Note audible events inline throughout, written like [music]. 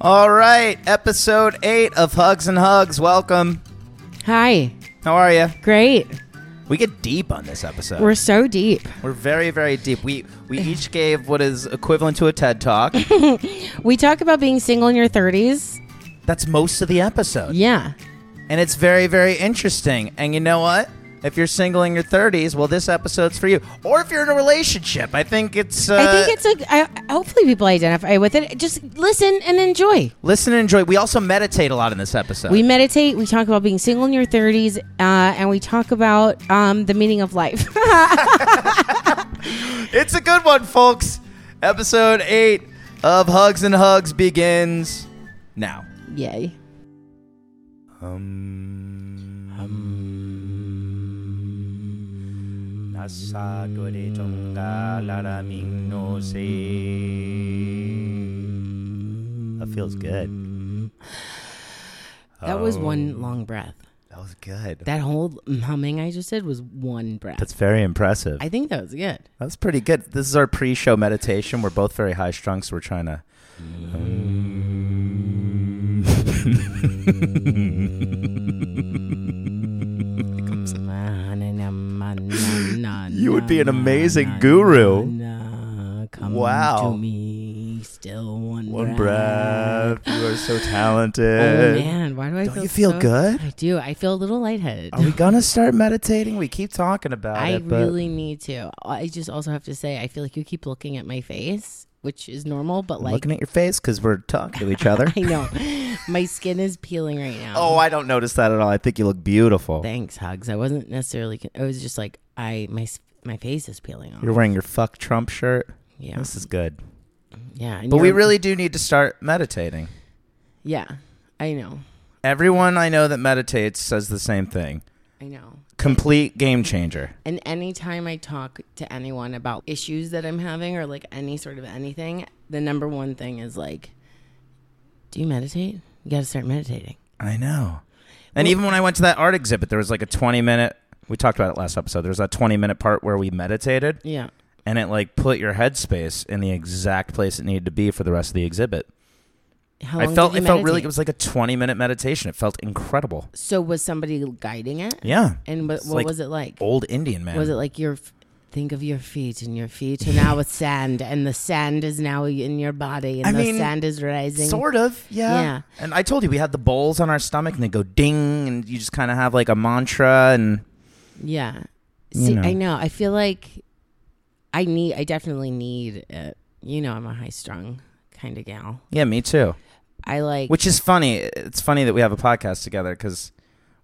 All right, episode eight of Hugs and Hugs. Welcome. Hi. How are you? Great. We get deep on this episode. We're so deep. We're very, very deep. We we each gave what is equivalent to a TED [laughs] talk. We talk about being single in your 30s. That's most of the episode, Yeah. and it's very, very interesting. And you know what? If you're single in your 30s, well, this episode's for you. Or if you're in a relationship, I think it's. Uh, I think it's a. I, hopefully, people identify with it. Just listen and enjoy. listen and enjoy. We also meditate a lot in this episode. We meditate. We talk about being single in your 30s, uh, and we talk about um, the meaning of life. [laughs] It's a good one, folks. Episode 8 of Hugs and Hugs begins now. Yay. Um, That feels good. That was Um, one long breath. That was good. That whole humming I just did was one breath. That's very impressive. I think that was good. That's pretty good. This is our pre-show meditation. We're both very high strung, so we're trying to. You Mm, [laughs] You would be an amazing guru. Come Wow. to me, still one, One breath. breath. You are so Oh talented. man, why do I? Don't feel you feel so- good? Oh, I do. I feel a little lightheaded. Are we gonna start meditating? We keep talking about I it, but really need to. I just also have to say, I feel like you keep looking at my face, which is normal, but I'm like looking at your face because we're talking to each other. [laughs] I know my skin is peeling right now. oh, I don't notice that at all. I think you look beautiful. thanks, hugs. I wasn't necessarily. Con- I was just like, I my s- my face is peeling off. You're wearing your fuck Trump shirt. yeah, This is good. yeah. and But we you're- really do need to start meditating. yeah. I know, Everyone I know that meditates says the same thing. I know. Complete game changer. And anytime I talk to anyone about issues that I'm having or like any sort of anything, the number one thing is like, do you meditate? You got to start meditating. I know. And even when I went to that art exhibit, there was like a 20 minute. We talked about it last episode. There was that 20 minute part where we meditated, Yeah. and it like put your headspace in the exact place it needed to be for the rest of the exhibit. How I long felt did it you felt really. meditate? It was like a 20 minute meditation. It felt incredible. So was somebody guiding it? Yeah. And what, It's what like was it like? Old Indian man. Was it like your f- think of your feet and your feet are now with sand and the sand is now in your body and I the mean, sand is rising. Sort of, yeah. Yeah. And I told you we had the bowls on our stomach, and they go ding, and you just kind of have like a mantra, and Yeah. You See, know. I know. I feel like I need. I definitely need it. You know, I'm a high strung kind of gal. yeah, me too. I like. [laughs] Which is funny. It's funny that we have a podcast together because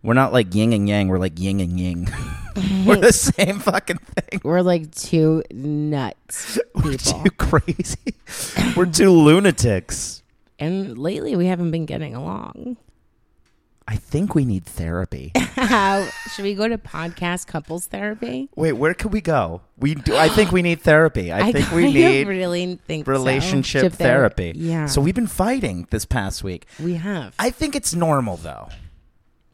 we're not like yin and yang. We're like yin and yang. [laughs] we're the same fucking thing. we're like two nuts [laughs] We're people. too crazy. [laughs] we're two lunatics. and lately, we haven't been getting along. [laughs] I think we need [laughs] therapy. Should we go to podcast couples therapy? Wait, where could we go? We do. I think we need therapy. [gasps] I, think we kinda need really think so. relationship Ship thera- therapy. Yeah. So So we've been fighting this past week. we have. I think it's normal though.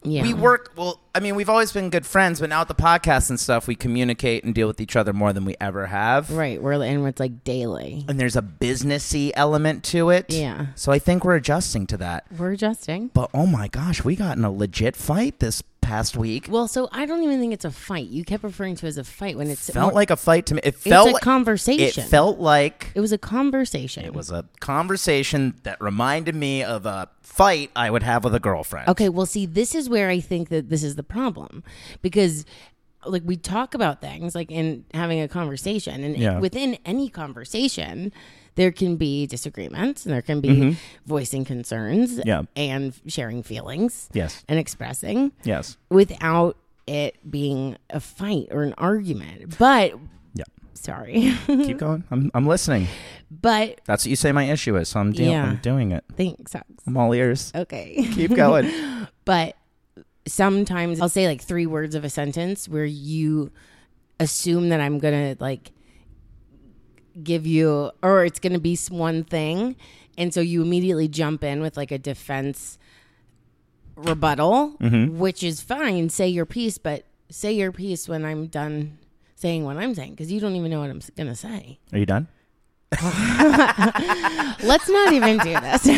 yeah. We work well. I mean, we've always been good friends, but now at the podcast and stuff, we communicate and deal with each other more than we ever have. right. We're and it's like daily. And there's a businessy element to it. Yeah. So I think we're adjusting to that. We're adjusting. But oh my gosh, we got in a legit fight this past week. Well, so I don't even think it's a fight. You kept referring to it as a fight when it's felt like a fight to me. It it's felt a like, it conversation. felt like It was a conversation. it was a conversation that reminded me of a fight I would have with a girlfriend. Okay, well, see, this is where I think that this is the problem because, like, we talk about things like in having a conversation, and Yeah. within any conversation, there can be disagreements and there can be voicing concerns Mm-hmm. Yeah. and sharing feelings Yes. and expressing Yes. without it being a fight or an argument. But, Yeah. sorry, [laughs] Keep going. I'm I'm listening. but That's what you say my issue is, so I'm, deal- Yeah. Oh. I'm doing it. think sucks. I'm all ears. Okay. Keep [laughs] going. but sometimes I'll say like three words of a sentence where you assume that I'm gonna like give you or it's gonna be s- one thing, and so you immediately jump in with like a defense rebuttal, Mm-hmm. which is fine. Say your piece, but say your piece when I'm done saying what I'm saying because you don't even know what I'm s- gonna say. Are you done? Let's not even do this. [laughs]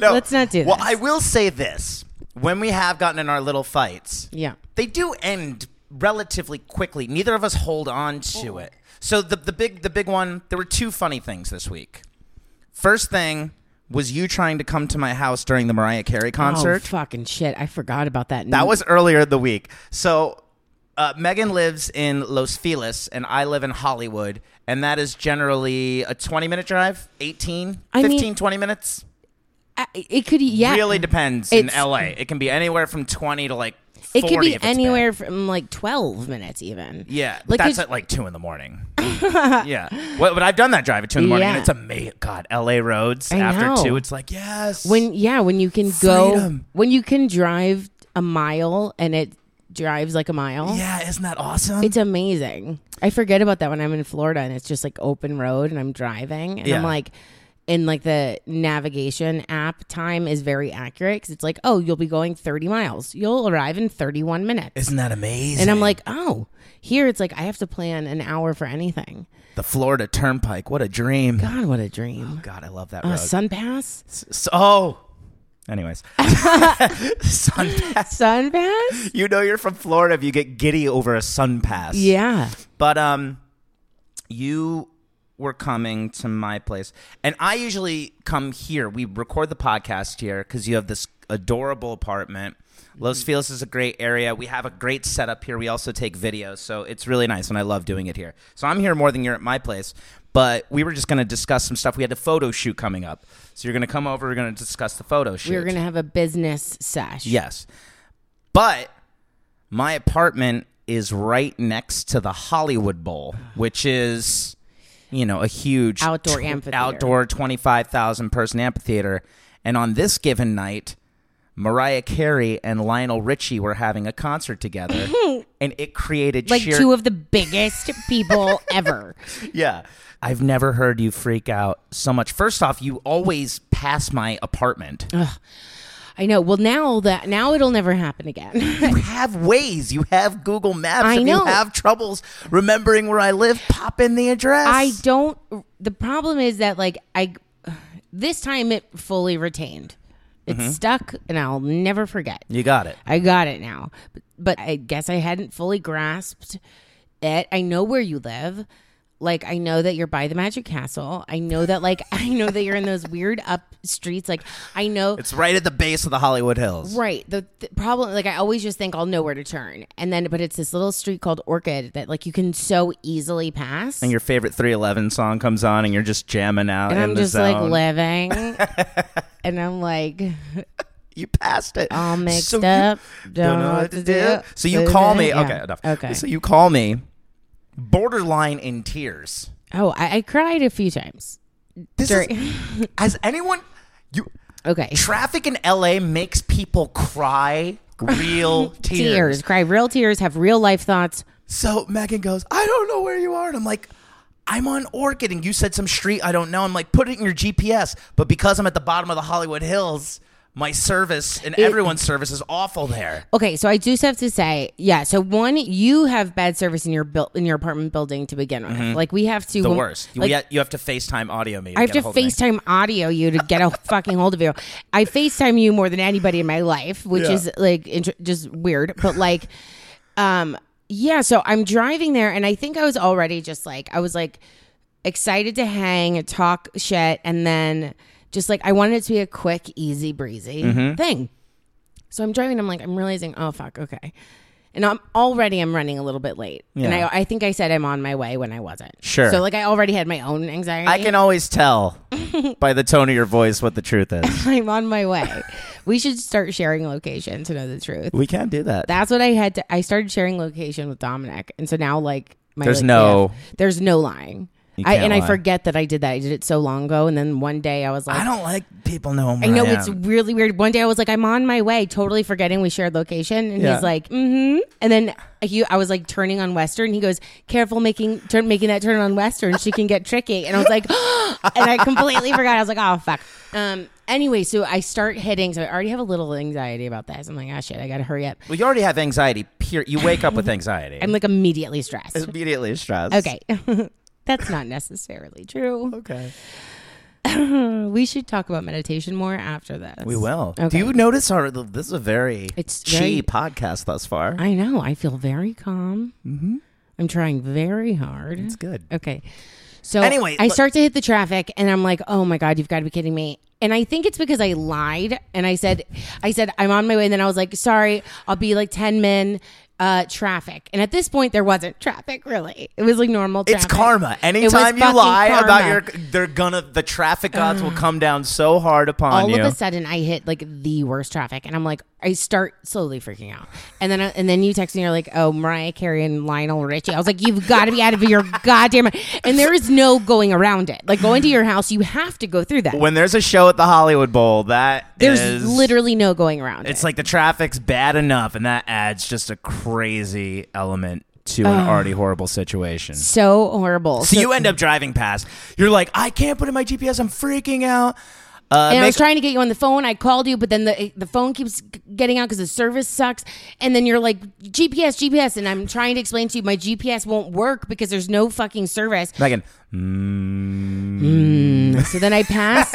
No. Let's not do Well, this. I will say this: when we have gotten in our little fights, yeah. they do end relatively quickly. Neither of us hold on to it. So the the big the big one. There were two funny things this week. First thing was you trying to come to my house during the Mariah Carey concert. Oh, fucking shit. I forgot about that. That was earlier in the week. So uh, Megan lives in Los Feliz, and I live in Hollywood, and that is generally a 20 minute drive, 18, I 15, mean- 20 minutes. I- It could, yeah. Really depends in It's- LA. It can be anywhere from 20 to like 40 It could if be it's bad. anywhere from like 12 minutes, even. Yeah, Like, that's it's- at like two in the [laughs] morning. yeah, well, but I've done that drive at two in the morning, and Yeah. it's amazing. God, L.A. roads I after know. two, it's like yes. When, yeah, when you can go, Freedom. when you can drive a mile and it drives like a mile. yeah, isn't that awesome? It's amazing. I forget about that when I'm in Florida and it's just like open road and I'm driving and Yeah. I'm like, and like the navigation app time is very accurate because it's like, oh, you'll be going 30 miles. You'll arrive in 31 minutes. isn't that amazing? and I'm like, oh, here it's like I have to plan an hour for anything. the Florida Turnpike. What a dream. God, God, what a dream. I love that Uh, road. sun pass? So, oh. Anyways, [laughs] sun pass. [laughs] Sun pass? You know you're from Florida if you get giddy over a sun pass. Yeah. But um, you were coming to my place, and I usually come here. We record the podcast here because you have this adorable apartment. Los Feliz is a great area. We have a great setup here. We also take videos, so it's really nice, and I love doing it here. So I'm here more than you're at my place. But we were just going to discuss some stuff. We had a photo shoot coming up, so you're going to come over. We're going to discuss the photo shoot. We were going to have a business sesh. Yes. But my apartment is right next to the Hollywood Bowl, which is, you know, a huge Outdoor tw- amphitheater. outdoor 25,000 person amphitheater. And on this given night, Mariah Carey and Lionel Richie were having a concert [laughs] together, and it created Like sheer- two of the biggest [laughs] people ever. yeah. I've never heard you freak out so much. First off, you always pass my apartment. I know. Well, now that now it'll never happen [laughs] again. you have ways. You have Google Maps. I if know. you have troubles remembering where I live, pop in the address. I don't. The problem is that like I, [sighs] this time it fully retained. It's stuck, and I'll never forget. you got it. I got it now, but, but I guess I hadn't fully grasped it. I know where you live. Like I know that you're by the Magic Castle. I know that like [laughs] I know that you're in those weird up streets. Like I know It's right at the base of the Hollywood Hills. Right. The, the problem, like, I always just think I'll know where to turn. And then, but it's this little street called Orchid that, like, you can so easily pass. And your favorite 311 song comes on, and you're just jamming out And in I'm the just, like, zone. [laughs] living. and I'm like, you passed it. all mixed So you- up. Don't, know what to do. So you call me. Yeah. Okay, enough. Okay. So you call me, borderline in tears. oh, I, I cried a few times. This is, During- [laughs] has anyone? You Okay. traffic in LA makes people cry real tears. [laughs] Tears. Cry real tears. Have real life thoughts. So Megan goes, I don't know where you are. And I'm like, I'm on Orchid and you said some street I don't know. I'm like, put it in your GPS. But because I'm at the bottom of the Hollywood Hills, my service and everyone's service is awful there. Okay, so I just have to say, yeah. So one, you have bad service in your built in your apartment building to begin with. Like we have to Mm-hmm. The when- worst. You- like, we ha- you have to FaceTime audio me. I get have to a hold of me. FaceTime audio you to [laughs] get a fucking hold of you. I FaceTime you more than anybody in my life, which Yeah. is like int- just weird, but like, [laughs] um, yeah. So I'm driving there, and I think I was already just like I was like excited to hang, talk shit, and then just like I wanted it to be a quick, easy breezy Mm-hmm. thing. So I'm driving. I'm like, I'm realizing, oh fuck, okay. And I'm already I'm running a little bit late, and Yeah. I, I think I said I'm on my way when I wasn't. Sure. So like I already had my own anxiety. I can always tell [laughs] by the tone of your voice what the truth is. I'm on my way. we should start sharing location to know the truth. We can do that. That's what I had to. I started sharing location with Dominic, and so now like my There's like, no- yeah, there's no lying. You I can't and I lie. forget that I did that. I did it so long ago, and then one day I was like, I don't like people knowing I where I know it's am. really weird. One day I was like, I'm on my way, totally forgetting we shared location, and Yeah. he's like, mm-hmm. And then he, I was like turning on Western. He goes, careful making turn making that turn on Western. She can get tricky. And I was like, [gasps] and I completely forgot. I was like, oh fuck. Um. Anyway, so I start hitting. So I already have a little anxiety about this. I'm like, ah shit, I gotta hurry up. Well, you already have [laughs] anxiety. Pure. You wake up with anxiety. I'm like immediately stressed. immediately stressed. Okay. [laughs] That's not necessarily [laughs] true. Okay. we should talk about meditation more after this. We will. Do Mm. Okay. you notice our? This is a very It's she very- podcast thus far. I know. I feel very calm. mm-hmm. I'm trying very hard. It's good. Okay. So Anyway, I look- start to hit the traffic and I'm like, "Oh my god, you've got to be kidding me." And I think it's because I lied and I said [laughs] I said I'm on my way and then I was like, "Sorry, I'll be like 10 men uh traffic." And at this point there wasn't traffic really. It was like normal traffic. It's karma. Anytime you fucking lie about karma. your, they're gonna. The traffic gods will come down so hard upon All you. of a sudden I hit like the worst traffic and I'm like I start slowly freaking out. And then I, and then you text me you're like, "Oh, Mariah Carey and Lionel Richie." I was like, "You've got to be out of your [laughs] goddamn mind." And there is no going around it. Like going to your house, you have to go through that. when there's a show at the Hollywood Bowl, that There's is- literally no going around. It's it. like the traffic's bad enough, and that adds just a crazy element to an already horrible situation. so horrible. So you end up driving past. You're like, I can't put in my GPS. I'm freaking out. Uh, and I make- was trying to get you on the phone. I called you, but then the the phone keeps g- getting out because the service sucks. And then you're like GPS, GPS, and I'm trying to explain to you my GPS won't work because there's no fucking service. Megan. Mm, So then [laughs] I pass,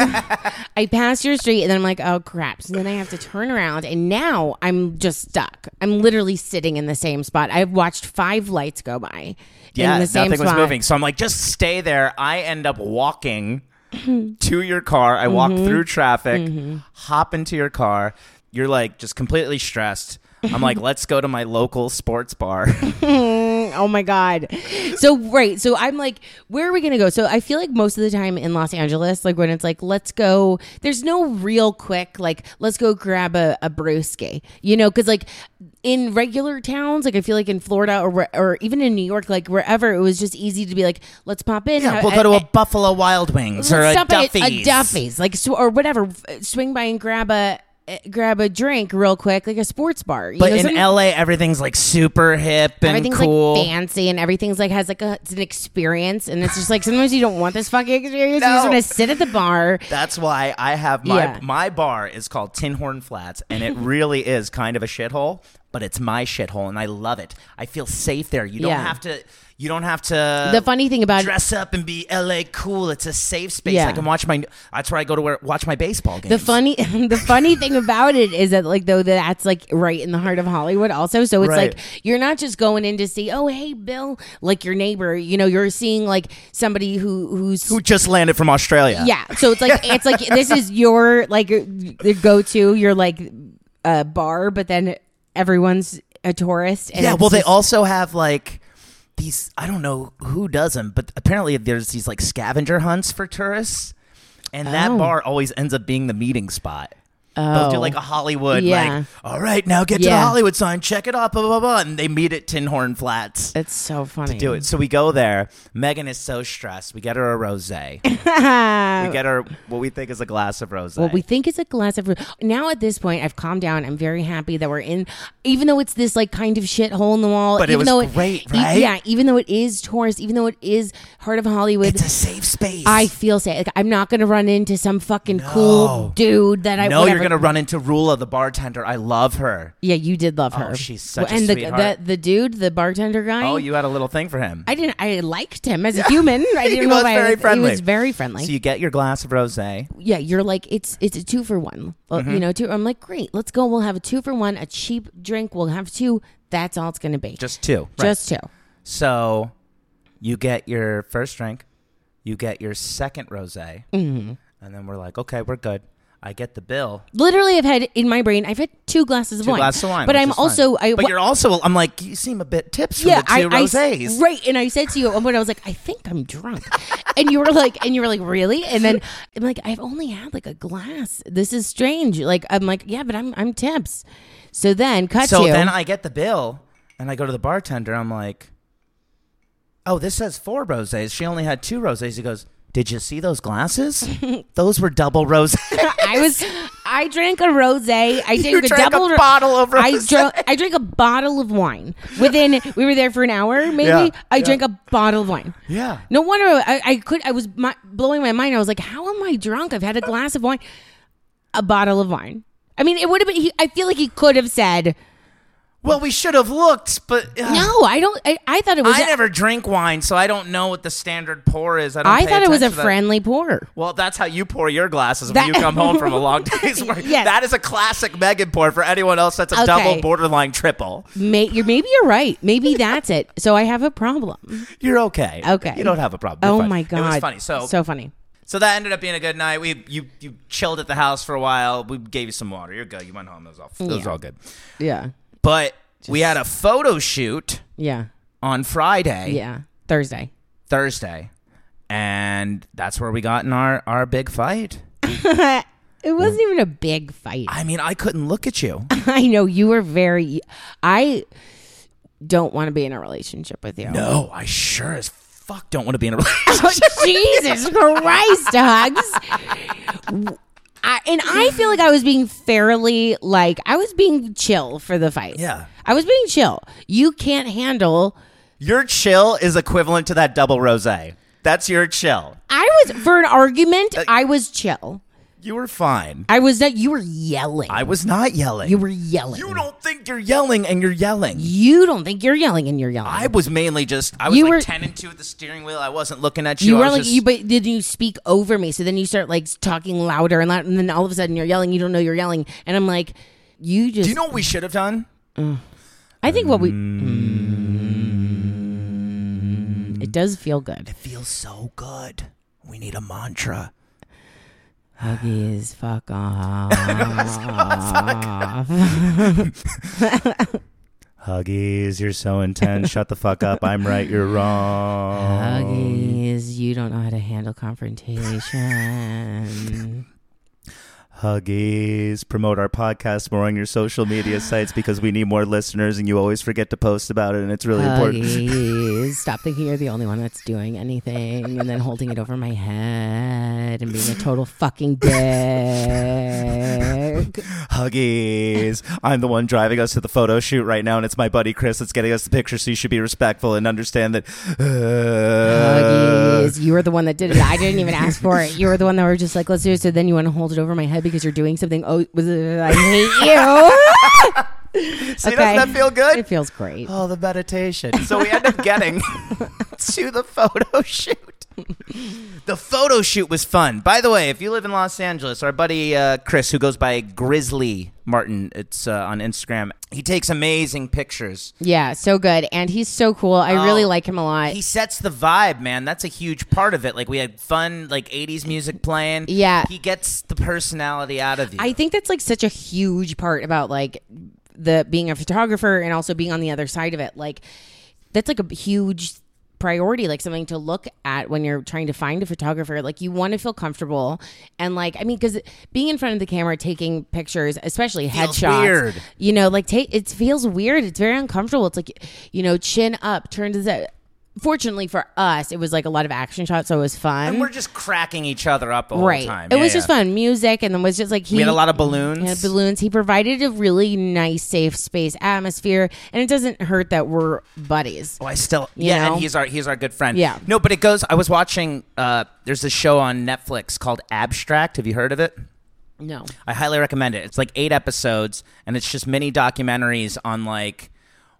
I pass your street, and then I'm like, oh crap. So then I have to turn around, and now I'm just stuck. I'm literally sitting in the same spot. I've watched five lights go by. yeah, in the same nothing was spot. moving. So I'm like, just stay there. I end up walking [clears throat] to your car. I walk Mm-hmm. through traffic, hop into your car. You're like just completely stressed. I'm [laughs] like, let's go to my local sports bar. [laughs] Oh my God. So, right. So, I'm like, where are we going to go? So, I feel like most of the time in Los Angeles, like when it's like, let's go, there's no real quick, like, let's go grab a, a brewski, you know? Because, like, in regular towns, like, I feel like in Florida or, where- or even in New York, like, wherever, it was just easy to be like, let's pop in. yeah, have- we'll go to a I- Buffalo Wild Wings or a let's stop at Duffy's. a Duffy's, like, sw- or whatever. F- Swing by and grab a. eh, Grab a drink real quick, like a sports bar. You But know, in something- LA, everything's like super hip and everything's cool. like fancy and everything's like has like a it's an experience and it's just like sometimes you don't want this fucking experience you just No. want to sit at the bar That's why I have my Yeah. my bar is called Tin Horn Flats, and [laughs] it really is kind of a shithole, but it's my shithole, and I love it. I feel safe there. You don't Yeah. have to. You don't have to. the funny thing about Uh, dress up and be LA cool. It's a safe space. Yeah. I can watch my. That's where I go to where, watch my baseball games. the funny [laughs] the funny thing about it is that like though that's like right in the heart of Hollywood also so it's Right. like you're not just going in to see oh hey Bill like your neighbor you know you're seeing like somebody who who's who just landed from Australia. [laughs] yeah so it's like it's like this is your like the go-to your like uh bar but then everyone's a tourist and yeah. it's Well, they just- also have like. These I don't know who does them, but apparently there's these like scavenger hunts for tourists, and that Oh. bar always ends up being the meeting spot. They'll do Oh. like a Hollywood, Yeah. like, all right, now get to the Yeah. Hollywood sign, check it out, blah, blah, blah. And they meet at Tinhorn Flats. It's so funny. Do it. So we go there. Megan is so stressed. We get her a rose. we [laughs] get her what we think is a glass of rose. What Ah, we think is a glass of now at this point, I've calmed down. I'm very happy that we're in, even though it's this like kind of shit hole in the wall. But it even was though great, e- right? yeah, even though it is tourist, even though it is heart of Hollywood, it's a safe space. I feel safe. Like I'm not gonna run into some fucking cool dude that I know whatever. you're gonna run into Rula, the bartender. I love her. Yeah, you did love her. Oh, she's such a and the, sweetheart. the the dude, the bartender guy. Oh, you had a little thing for him. I didn't. I liked him as a human. I didn't [laughs] He know was if I- very friendly. He was very friendly. so you get your glass of rose. It's yeah, you're like it's it's a two for one. Well, Mm-hmm. You know, two. I'm like, great, let's go. We'll have a two for one, a cheap drink. We'll have two. That's all it's gonna be. Just two. Right. Just two. So you get your first drink, you get your second rose, Mm-hmm. and then we're like, okay, we're good. I get the bill. Literally, I've had in my brain, I've had two glasses of Two wine. glasses of wine. but which I'm is fine. also I. But you're also. I'm like, you seem a bit tips for yeah, the I, two I- rosés. right, and I said to you at one point, I was like, I think I'm drunk, [laughs] and you were like, and you were like, really? And then I'm like, I've only had like a glass. This is strange. Like I'm like, yeah, but I'm I'm tips. So then, cut So to then I get the bill and I go to the bartender. I'm like, oh, this says four rosés. She only had two rosés. He goes, did you see those [laughs] glasses? those were double rosés. I was I drank a rose. I [laughs] drank a drank a double ro- bottle of I rosé. drank I drank a bottle of wine. Within we were there for an hour, maybe. Yeah, I yeah. drank a bottle of wine. yeah. No wonder I, I could I was my, blowing my mind. I was like, how am I drunk? I've had a glass of wine, [sighs] a bottle of wine. I mean, it would have been. He, I feel like he could have said Well, we should have looked, but ugh, No, I don't. I, I thought it was. I a- never drink wine, so I don't know what the standard pour is. I, don't I pay thought it was a attention to that. friendly pour. Well, that's how you pour your glasses That- when you come home from a [laughs] long day's work. Yes. That is a classic Megan pour for anyone else that's a Okay. double, borderline triple. May, you're, maybe you're right. Maybe that's it. So I have a problem. You're okay. Okay. You don't have a problem. You're Oh fine. my god, It was funny. So, so so funny. that ended up being a good night. We you you chilled at the house for a while. We gave you some water. You're good. You went home. It was all it was Yeah. all good. Yeah, But we had a photo shoot yeah, on Friday, yeah. Thursday. Thursday, and that's where we got in our our big fight. It wasn't even a big fight. I mean, I couldn't look at you. [laughs] I know you were very. I don't want to be in a relationship with you. no, Oh, I sure as fuck don't want to be in [laughs] a relationship. [laughs] Jesus Christ, Hugs. I, and I feel like I was being fairly like I was being chill for the fight. Yeah. I was being chill. You can't handle. Your chill is equivalent to that double rosé. That's your chill. I was for an argument. Uh, I was chill. You were fine. I was that you were yelling. I was not yelling. you were yelling. You don't think you're yelling and you're yelling. You don't think you're yelling and you're yelling. I was mainly just I was You like were- 10 and 2 at the steering wheel. I wasn't looking at you. you I were was like just- you, but then you speak over me. So then you start like talking louder and louder, and then all of a sudden you're yelling. You don't know you're yelling, and I'm like, you just. Do you know Mm. what we should have done? I think what we. Mm. It does feel good. It feels so good. We need a mantra. Huggies, fuck [laughs] Oh. off. Huggies, you're so [laughs] intense. Shut the fuck up. I'm right. You're wrong. Huggies, you don't know how to handle confrontation. Huggies, promote our podcast more on your social media sites because we need more listeners and you always forget to post about it and it's [laughs] really Huggies, stop thinking you're the only one that's doing anything and then holding it over my head and being a total fucking dick. Huggies, I'm the one driving us to the photo shoot right now and it's my buddy Chris that's getting us the picture so you should be respectful and understand that. Uh, Huggies. You were the one that did it. I didn't even ask for it. You were the one that were just like, let's do it. So then you want to hold it over my head because you're doing something. Oh, was it- I hate See, doesn't Okay. that feel you. it good? feels great. Oh, the meditation. So we end up getting [laughs] to the photo shoot. The photo shoot was fun. By the way, if you live in Los Angeles, our buddy uh, Chris, who goes by Grizzly Martin, it's uh, on Instagram. He takes amazing pictures. Yeah, so good. And he's so cool. I really like him a lot. He sets the vibe, man. That's a huge part of it. Like we had fun, like '80s music playing. Yeah. he gets the personality out of you. I think that's like such a huge part about like the being a photographer and also being on the other side of it. Like that's like a huge priority, like something to look at when you're trying to find a photographer. Like you want to feel comfortable and like I mean, because being in front of the camera taking pictures, especially Feels headshots, weird. you know, like take it feels weird. It's very uncomfortable. It's like you know, chin up, turn to the. Fortunately for us, it was like a lot of action shots, so it was fun. and we're just cracking each other up the right, whole time. it Yeah, was just yeah. fun music, and then was just like he We had a lot of balloons. had balloons. He provided a really nice, safe space atmosphere, and it doesn't hurt that we're buddies. Oh, I still You yeah, know? and he's our he's our good friend. Yeah. no, but it goes. I was watching. Uh, there's a show on Netflix called Abstract. Have you heard of it? No, I highly recommend it. It's like eight episodes, and it's just mini documentaries on like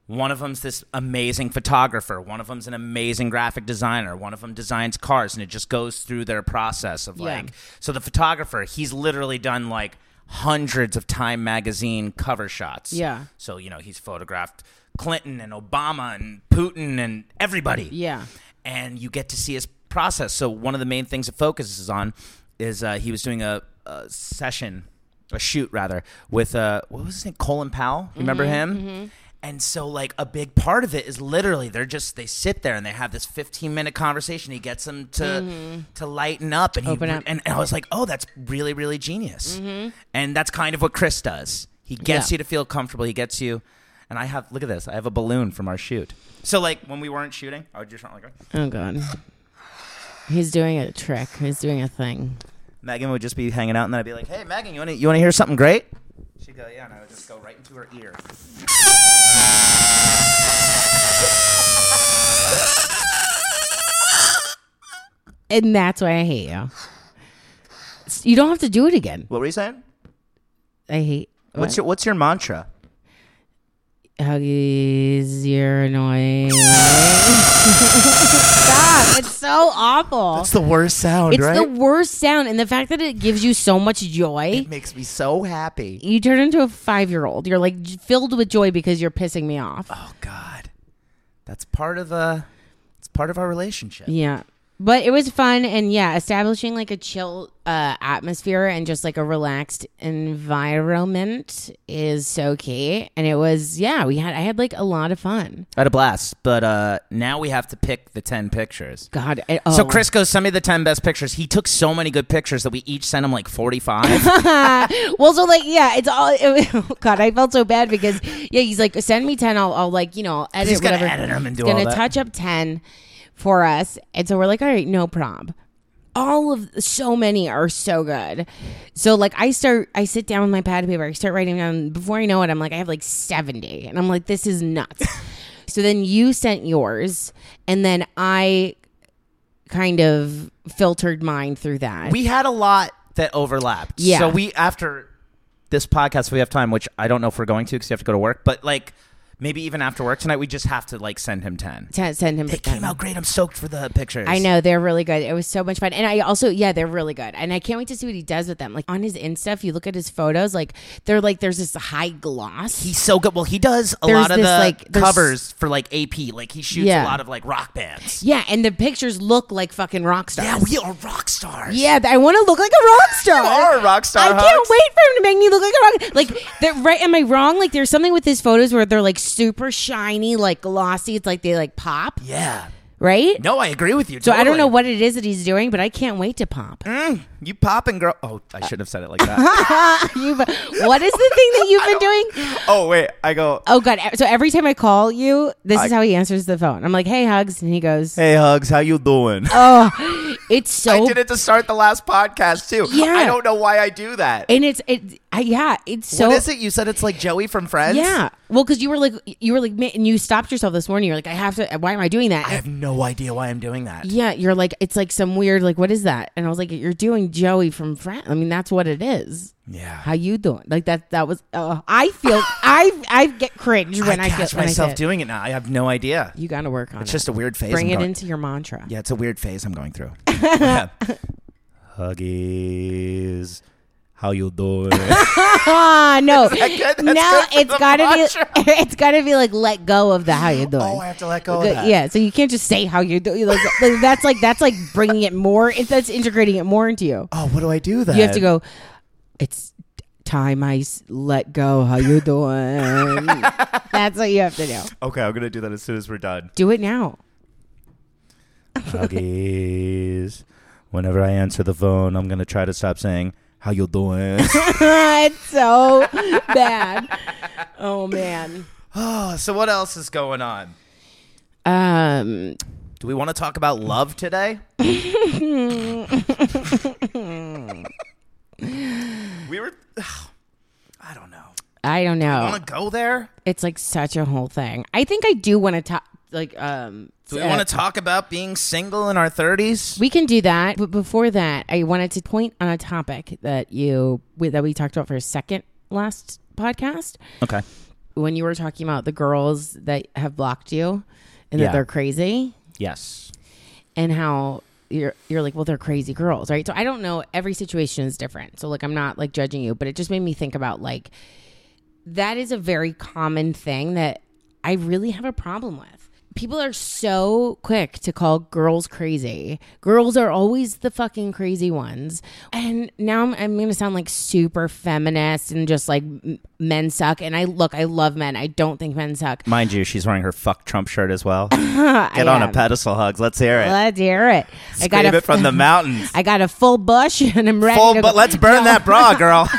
one of them's this amazing photographer, one of them's an amazing graphic designer, one of them designs cars, and it just goes through their process of Yeah. like. So the photographer, he's literally done like hundreds of Time magazine cover shots. Yeah. So you know he's photographed Clinton and Obama and Putin and everybody yeah, and you get to see his process. So one of the main things it focuses on is uh, he was doing a, a session, a shoot rather, with uh, what was his name, Colin Powell. You Mm-hmm, Remember him? And so like a big part of it is literally they're just they sit there and they have this 15 minute conversation. He gets them to to lighten up and he, Mm-hmm. Open up. And, and I was like, oh, that's really really genius. And that's kind of what Chris does. He gets Mm-hmm. Yeah. you to feel comfortable. He gets you. And I have look at this. I have a balloon from our shoot. So like when we weren't shooting, I would just like. oh god, he's doing a trick. He's doing a thing. Megan would just be hanging out, and then I'd be like, "Hey, Megan, you want to you want to hear something great?" She'd go, "Yeah," and I would just go right into her ear. And that's why I hate you. S- You don't have to do it again. What were you saying? I hate. What's your What's your mantra? Huggies, you're annoying. Stop. It's so awful. That's the worst sound, it's right? the worst sound. And the fact that it gives you so much joy, it makes me so happy. you turn into a five year old. You're like j- filled with joy because you're pissing me off. Oh God, that's part of the. It's part of our relationship. Yeah. But it was fun and yeah, establishing like a chill uh, atmosphere and just like a relaxed environment is so key. And it was yeah, we had I had like a lot of fun. I had a blast, but uh, now we have to pick the ten pictures. God, I, oh. So Chris goes, send me the ten best pictures. He took so many good pictures that we each sent him like [laughs] forty-five. well, so like yeah, it's all. [laughs] oh, God, I felt so bad because yeah, he's like send me ten. I'll, I'll like you know I'll edit He's gonna whatever. edit 'em and do He's all gonna that. touch up ten for us, and so we're like, all right, no prob. All of so many are so good. So like I start, I sit down with my pad of paper, I start writing down. Before I know it, I'm like I have like seventy, and I'm like this is [laughs] nuts. so then you sent yours, and then I kind of filtered mine through that. we had a lot that overlapped. Yeah. So we after this podcast, if we have time, which I don't know if we're going to because you have to go to work. But like maybe even after work tonight, we just have to like send him ten. Ten- send him. It came out great. I'm soaked for the pictures. I know they're really good. It was so much fun, and I also yeah, they're really good, and I can't wait to see what he does with them. Like on his Insta, if you look at his photos, like they're like there's this high gloss. He's so good. Well, he does a There's lot of this, the like, there's- covers for like AP. Like he shoots a Yeah. lot of like rock bands. yeah, and the pictures look like fucking rock stars. Yeah, we are rock stars. Yeah, th- I want to look like a rock star. are a rock star, I can't Hugs. wait for him to make me look like a rock. Like, they're- right? Am I wrong? Like, there's something with his photos where they're like super shiny, like glossy. It's like they like pop, Yeah. right? No, I agree with you. So I don't know what it is that he's doing, but I can't wait to pop. Mm. you popping girl. Oh, I shouldn't have said it like that. [laughs] You've, what is the thing that [laughs] you've been doing? oh wait, I go. Oh god! So every time I call you, this is how he answers the phone. I'm like, "Hey, hugs," and he goes, Hey, hugs, how you doing? "Oh, it's I so." did it to start the last podcast too. Yeah. I don't know why I do that. And it's it, I, yeah, it's so. what is it? You said it's like Joey from Friends. Yeah, well, because you were like, you were like, "Ma- and you stopped yourself this morning. You're like, I have to. Why am I doing that? I have no idea why I'm doing that. yeah, you're like, it's like some weird, like, what is that? And I was like, you're doing Joey from Friends. I mean, that's what it is. Yeah, How you doing? Like that. That was. Uh, I [laughs] feel. I I get cringe when I, I get catch when I myself say it. doing it now. I have no idea. You got to work on It's it. just a weird phase. Bring I'm it going- into your mantra. Yeah, it's a weird phase I'm going [laughs] through. Yeah. Huggies, how you [laughs] doing? Ah, no. good? That's no, good for it's the gotta mantra. be [laughs] it's gotta be like let go of the how you [gasps] doing. oh, I have to let go of Good- that. yeah, so you can't just say how you're doing. Like, [laughs] like, that's like that's like bringing it more. It, that's integrating it more into you. Oh, what do I do then? You have to go. It's time I s- let go. How [laughs] you doing? that's what you have to do. Okay, I'm gonna do that as soon as we're done. Do it now. [laughs] Huggies. Whenever I answer the phone, I'm gonna try to stop saying how you doing. it's so bad. Oh man. [laughs] oh, so what else is going on? Um. Do we want to talk about love [laughs] today? we were. [sighs] I don't know. I don't know. Want to go there? It's like such a whole thing. I think I do want to talk. Like, um, Do we uh, want to talk about being single in our thirties? we can do that, but before that, I wanted to point on a topic that you we- that we talked about for a second last podcast Okay. when you were talking about the girls that have blocked you and Yeah. that they're crazy Yes. and how you're you're like, well, they're crazy girls, right? So I don't know. Every situation is different. So like, I'm not like judging you, but it just made me think about like that is a very common thing that I really have a problem with. People are so quick to call girls crazy. Girls are always the fucking crazy ones. And now I'm, I'm going to sound like super feminist and just like m- men suck. And I look, I love men. I don't think men suck. Mind you, she's wearing her fuck Trump shirt as [laughs] well. Get Get on a pedestal, hugs. Let's hear it. Let's hear it. I got Wave a it [laughs] from the mountains. I got a full bush [laughs] and I'm ready. Full, to but go. let's burn that bra, [laughs] girl.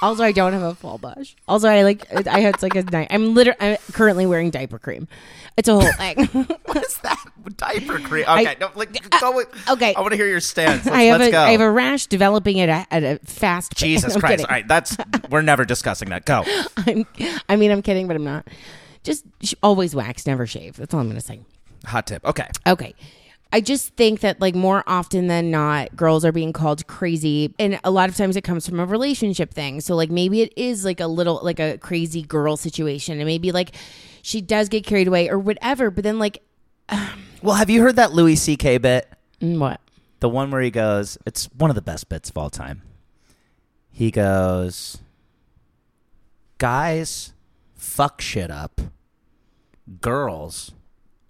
Also, I don't have a full bush. Also, I like I had like a night. I'm literally I'm currently wearing diaper cream. It's a whole [laughs] thing. what is that diaper cream? Okay, I- uh, no, like, go with, okay. I want to hear your stance. Let's, I have let's a go. I have a [laughs] rash developing at a, at a fast. pace. Jesus [laughs] I'm Christ! kidding. All right, that's we're never discussing that. Go. I'm, I mean, I'm kidding, but I'm not. Just sh- always wax, never shave. That's all I'm gonna say. Hot tip. Okay. Okay. I just think that like more often than not, girls are being called crazy, and a lot of times it comes from a relationship thing. So like maybe it is like a little like a crazy girl situation, and maybe like she does get carried away or whatever. But then like Well, have you heard that Louis C.K. bit? mm, what? The one where he goes, it's one of the best bits of all time. He goes, Guys fuck shit up. Girls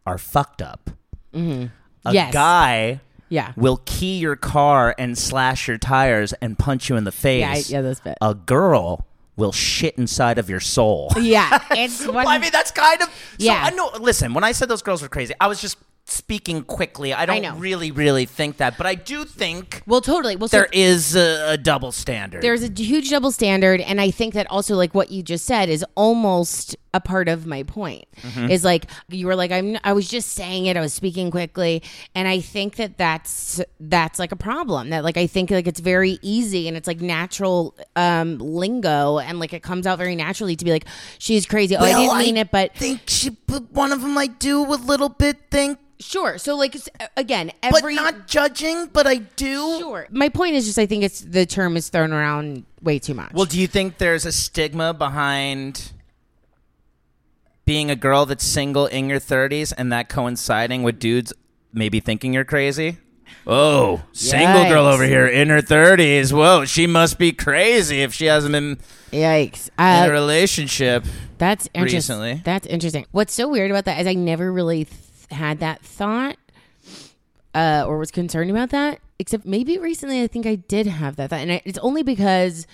are fucked up. A Mm-hmm. Yes. guy Yeah, will key your car and slash your tires and punch you in the face. yeah, I, yeah. That's bad. A girl will shit inside of your soul. [laughs] yeah, it's [laughs] one. Well, I mean, that's kind of. Yeah. So I know. Listen, when I said those girls were crazy, I was just speaking quickly. I don't know. really, really think that, but I do think well, totally. Well, so there is a, a double standard. there's a huge double standard and i think that also like what you just said is almost a part of my point is like you were like i'm i was just saying it i was speaking quickly and i think that that's that's like a problem that like i think like it's very easy and it's like natural um lingo and like it comes out very naturally to be like she's crazy oh i didn't mean it but think she, but one of them I do a little bit think, sure so like it's- again but every not judging, but I do. sure my point is just i think it's the term is thrown around way too much Well, do you think there's a stigma behind being a girl that's single in your 30s and that coinciding with dudes maybe thinking you're crazy? Oh, single girl Yikes. over here in her 30s. Whoa, she must be crazy if she hasn't been yikes in a uh, relationship. That's interesting. recently. That's interesting. What's so weird about that is I never really th- had that thought uh, or was concerned about that, except maybe recently I think I did have that thought. And I, it's only because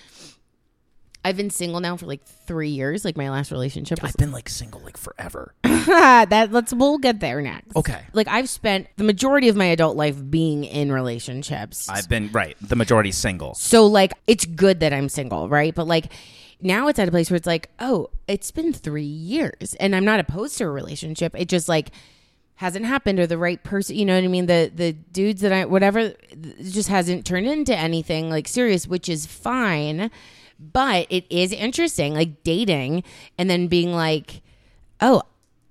I've been single now for like three years. Like my last relationship was. I've been like single like forever. [laughs] that, let's, we'll get there next. Okay. Like I've spent the majority of my adult life being in relationships. I've been right. The majority single. So like it's good that I'm single, right? But like now it's at a place where it's like, oh, it's been three years and I'm not opposed to a relationship. It just like hasn't happened or the right person you know what I mean? The the dudes that I whatever it just hasn't turned into anything like serious, which is fine. But it is interesting, like dating and then being like, Oh,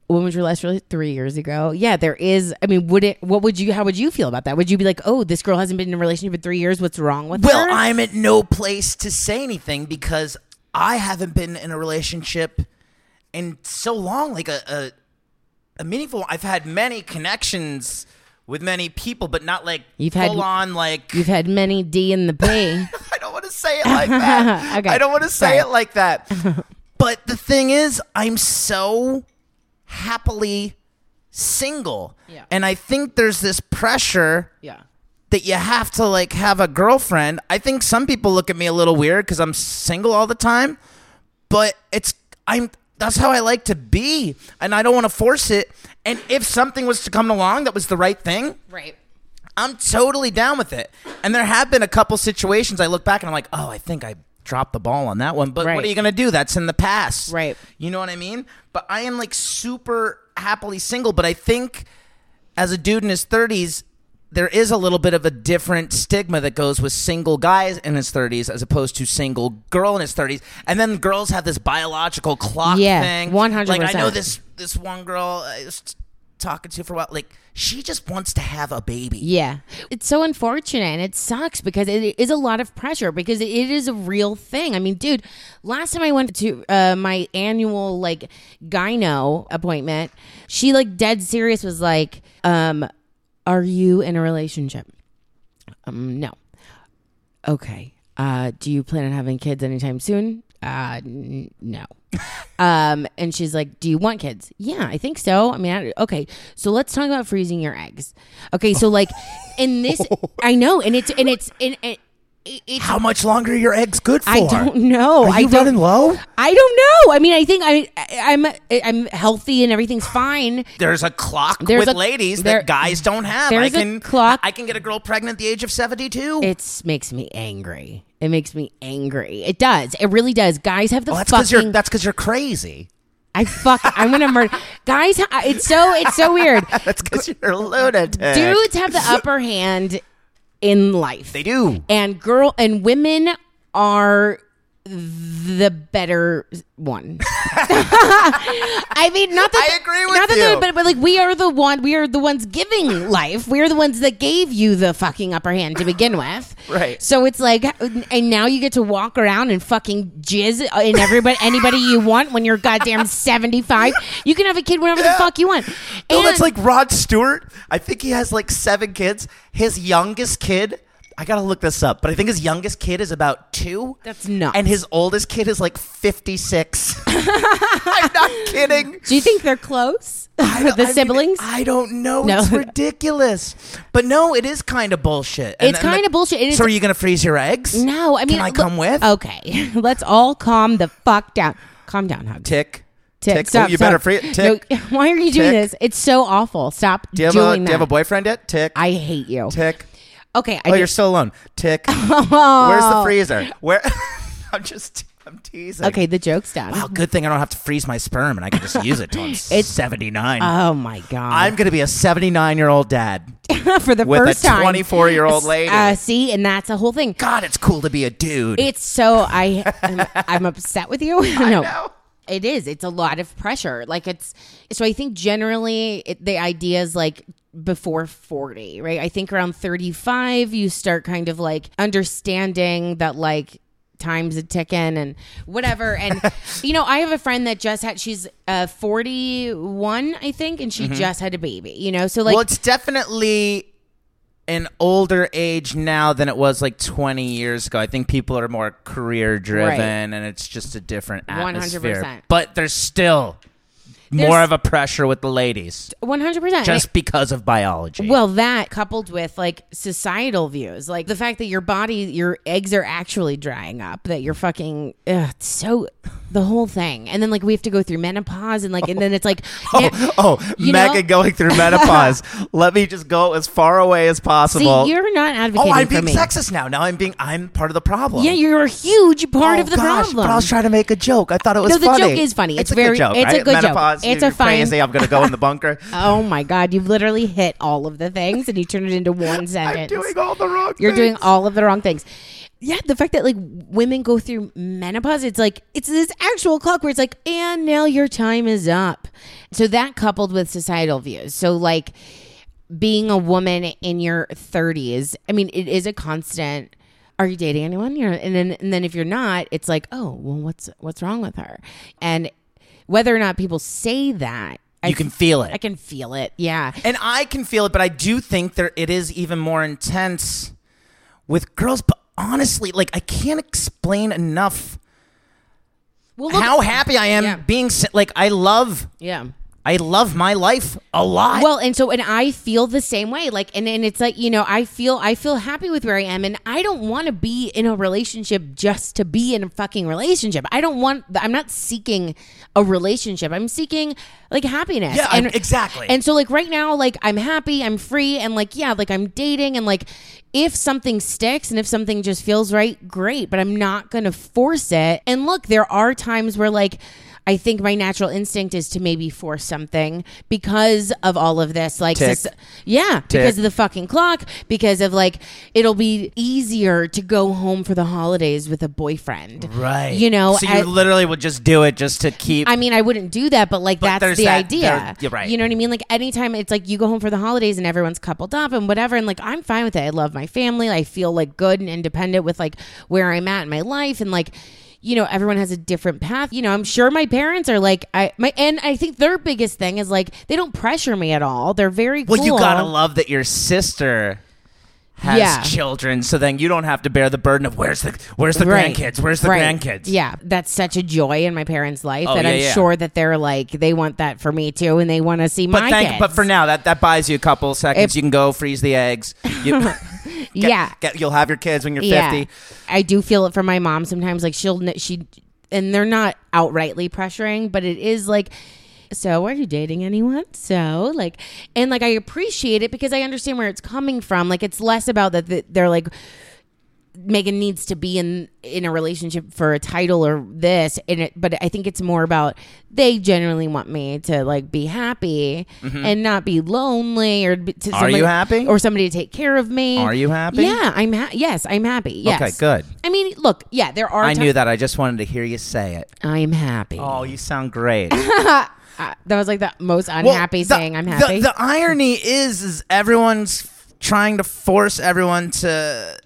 when was your last really three years ago? Yeah, there is I mean, would it what would you how would you feel about that? Would you be like, Oh, this girl hasn't been in a relationship in three years, what's wrong with Well, her? I'm at no place to say anything because I haven't been in a relationship in so long, like a a, a meaningful. I've had many connections with many people, but not like You've had- full on. Like You've had many D in the P. [laughs] I don't want to say it like that. [laughs] Okay, I don't want to say sorry. it like [laughs] that. but the thing is, I'm so happily single, Yeah. and I think there's this pressure [laughs] yeah. that you have to like have a girlfriend. I think some people look at me a little weird because I'm single all the time, but it's I'm that's how I like to be, and I don't want to force it. And if something was to come along that was the right thing, Right. I'm totally down with it. And there have been a couple situations I look back and I'm like, oh, I think I dropped the ball on that one. But what Right. are you going to do? That's in the past. Right. You know what I mean? But I am like super happily single. But I think as a dude in his 30s, there is a little bit of a different stigma that goes with single guys in his 30s as opposed to single girl in his 30s. And then girls have this biological clock Yeah, thing. 100%. Like I know this this one girl I was talking to for a while, like she just wants to have a baby. Yeah. It's so unfortunate and it sucks because it is a lot of pressure because it is a real thing. I mean, dude, last time I went to uh, my annual like gyno appointment, she like dead serious was like, um, are you in a relationship? Um, no. Okay. Uh, do you plan on having kids anytime soon? Uh, n- no. um, and she's like, "Do you want kids? Yeah, I think so. I mean, I, okay. So let's talk about freezing your eggs. Okay, [laughs] so like, in this, I know, and it's and it's and, and it, it's. How much longer are your eggs good for? I don't know. Are I you don't, running low? I don't know. I mean, I think I, I I'm I'm healthy and everything's fine. There's a clock There's with a- ladies there- that guys don't have. there's I a can clock. I can get a girl pregnant at the age of seventy-two. It makes me angry. It makes me angry. It does. It really does. Guys have the well, Oh, that's because you're fucking. that's because you're crazy. I fuck. I'm gonna murder guys. I- It's so. It's [laughs] so weird. That's because you're a lunatic. Dudes have the upper hand in life, they do. and girl and women are the better one. [laughs] I mean, not that I agree with not that you. they're- but, but like we are the one, we are the ones giving life. We are the ones that gave you the fucking upper hand to begin with. [laughs] Right. So it's like, and now you get to walk around and fucking jizz in everybody, anybody you want when you're goddamn seventy five. You can have a kid whenever the fuck you want. No, that's And- like Rod Stewart. I think he has like seven kids. His youngest kid, I gotta look this up, but I think his youngest kid is about two. That's nuts. And his oldest kid is like [laughs] fifty-six. [laughs] I'm not kidding. do you think they're close? I don't- [laughs] the I mean, siblings. I don't know. No. It's ridiculous. But no, it is kind of bullshit. And- It's and the- kinda bullshit. It is- so are you gonna freeze your eggs? No, I mean, I look- Oh. come with? Okay, [laughs] let's all calm the fuck down. Calm down, Hug. Tick. Tick. Tick. Stop, oh, you stop. better freeze. No, Tick. [laughs] why are you doing Tick. this? It's so awful. Stop Do you have a doing Do that. you have a boyfriend yet? Tick. I hate you. Tick. Okay. I Oh, did- you're still alone. [laughs] Tick. Where's the freezer? Where? [laughs] I'm just. I'm teasing. Okay, the joke's done. Oh, good thing I don't have to freeze my sperm and I can just use it [laughs] till I'm 79. Oh my god! I'm gonna be a 79 year old dad [laughs] For the with first a time, 24 year old lady. Uh, see, and that's a whole thing. God, it's cool to be a dude. It's so I I'm, I'm upset with you. [laughs] no, know. it is. It's a lot of pressure. Like it's so I think generally it, the idea is like before 40, right? I think around 35 you start kind of like understanding that like time's a ticking and whatever [laughs] and you know i have a friend that just had she's uh 41 i think and she just had a baby you know so like Mm-hmm. well, it's definitely an older age now than it was like 20 years ago. I think people are more career driven Right. and it's just a different atmosphere. 100%. But there's still more There's- of a pressure with the ladies 100% just because of biology. Well, that coupled with like societal views, like the fact that your body, your eggs are actually drying up, that you're fucking ugh, it's so the whole thing, and then like we have to go through menopause, and like and then it's like yeah, [laughs] [laughs] Oh, You Megan know- going [laughs] through menopause. Let me just go as far away as see, possible. you're not advocating oh, I'm for being me. sexist now. Now I'm being I'm part of the problem. Yeah, you're a huge part Oh, of the gosh, problem. But I was trying to make a joke. I thought it was No, the funny. joke is funny. It's a very- good joke. it's a right? good joke. menopause, It's you're a fine- crazy. I'm gonna go in the [laughs] bunker. oh my god, you've literally hit all of the things, and you turned it into [laughs] one I'm sentence. doing all the wrong. You're doing things. all of the wrong things. Yeah, the fact that like women go through menopause, it's like it's this actual clock where it's like, and now your time is up. So that coupled with societal views. So like being a woman in your 30s, I mean, it is a constant. Are you dating anyone? You know, and then and then if you're not, it's like, oh, well, what's what's wrong with her? And whether or not people say that, I, You can feel it. I can feel it. Yeah, And I can feel it, but I do think there it is even more intense with girls. But honestly, like I can't explain enough well, look- how happy I am Yeah. being se- like I love yeah. I love my life a lot. well and so and i feel the same way like and, and it's like you know i feel i feel happy with where i am and i don't want to be in a relationship just to be in a fucking relationship i don't want i'm not seeking a relationship i'm seeking like happiness Yeah, and, I'm- exactly. and so like right now like i'm happy i'm free and like yeah like i'm dating and like if something sticks and if something just feels right great but i'm not gonna force it and look there are times where like I think my natural instinct is to maybe force something because of all of this. Like, Tick. soc- yeah, because of the fucking clock, because of like, it'll be easier to go home for the holidays with a boyfriend. right. You know, so I- you literally would just do it just to keep. I mean, I wouldn't do that, but like that's there's the that- there- idea. you're right. You know what I mean? Like anytime it's like you go home for the holidays and everyone's coupled up and whatever, and like I'm fine with it. I love my family. I feel like good and independent with like where I'm at in my life and like. You know, everyone has a different path. You know, I'm sure my parents are like, I my, and I think their biggest thing is like they don't pressure me at all. They're very well, cool. you gotta love that your sister has Yeah. children, so then you don't have to bear the burden of where's the where's the Right. grandkids, where's the Right. grandkids. Oh, Yeah, that's such a joy in my parents' life that yeah, I'm yeah. sure that they're like they want that for me too, and they want to see But my thank, kids. but for now, that, that buys you a couple seconds. you can go freeze the [laughs] eggs. You, get- yeah, [laughs] get- you'll have your kids when you're fifty. I do feel it from my mom sometimes. Like she'll she, and they're not outrightly pressuring, but it is like. So, are you dating anyone? So, like, and like, I appreciate it because I understand where it's coming from. Like, it's less about that th- they're like, Megan needs to be in in a relationship for a title or this and it, but I think it's more about they generally want me to like be happy and not be lonely or be- to Mm-hmm. Are somebody- you happy? or somebody to take care of me. Are you happy? Yeah, I'm ha- yes, I'm happy. Yes. Okay, good. I mean, look, yeah, there are I ti- knew that. I just wanted to hear you say it. I'm happy. Oh, you sound [laughs] great. Uh, that was like the most Well, unhappy the- saying I'm the- happy. The, irony is, is everyone's f- trying to force everyone to,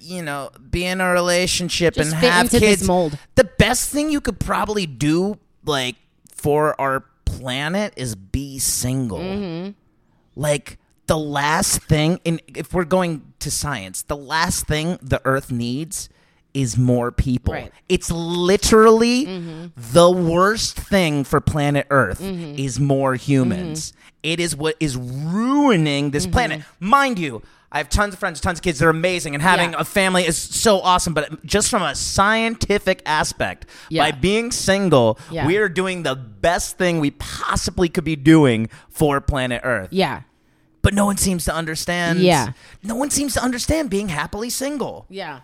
you know, be in a relationship Just and fit have into this kids. mold. The best thing you could probably do, like for our planet, is be single. Mm-hmm. Like the last thing, in if we're going to science, the last thing the Earth needs. Is more people. Right. Mm-hmm. It's literally the worst thing for planet Earth is more humans. Mm-hmm. It is what is ruining this planet. Mind you, I have tons of friends, tons of kids. They're amazing, and having Yeah. a family is so awesome. But just from a scientific aspect, by Yeah. being single, Yeah. we are doing the best thing we possibly could be doing for planet Earth. yeah. But no one seems to understand. Yeah. no one seems to understand being happily single. Yeah.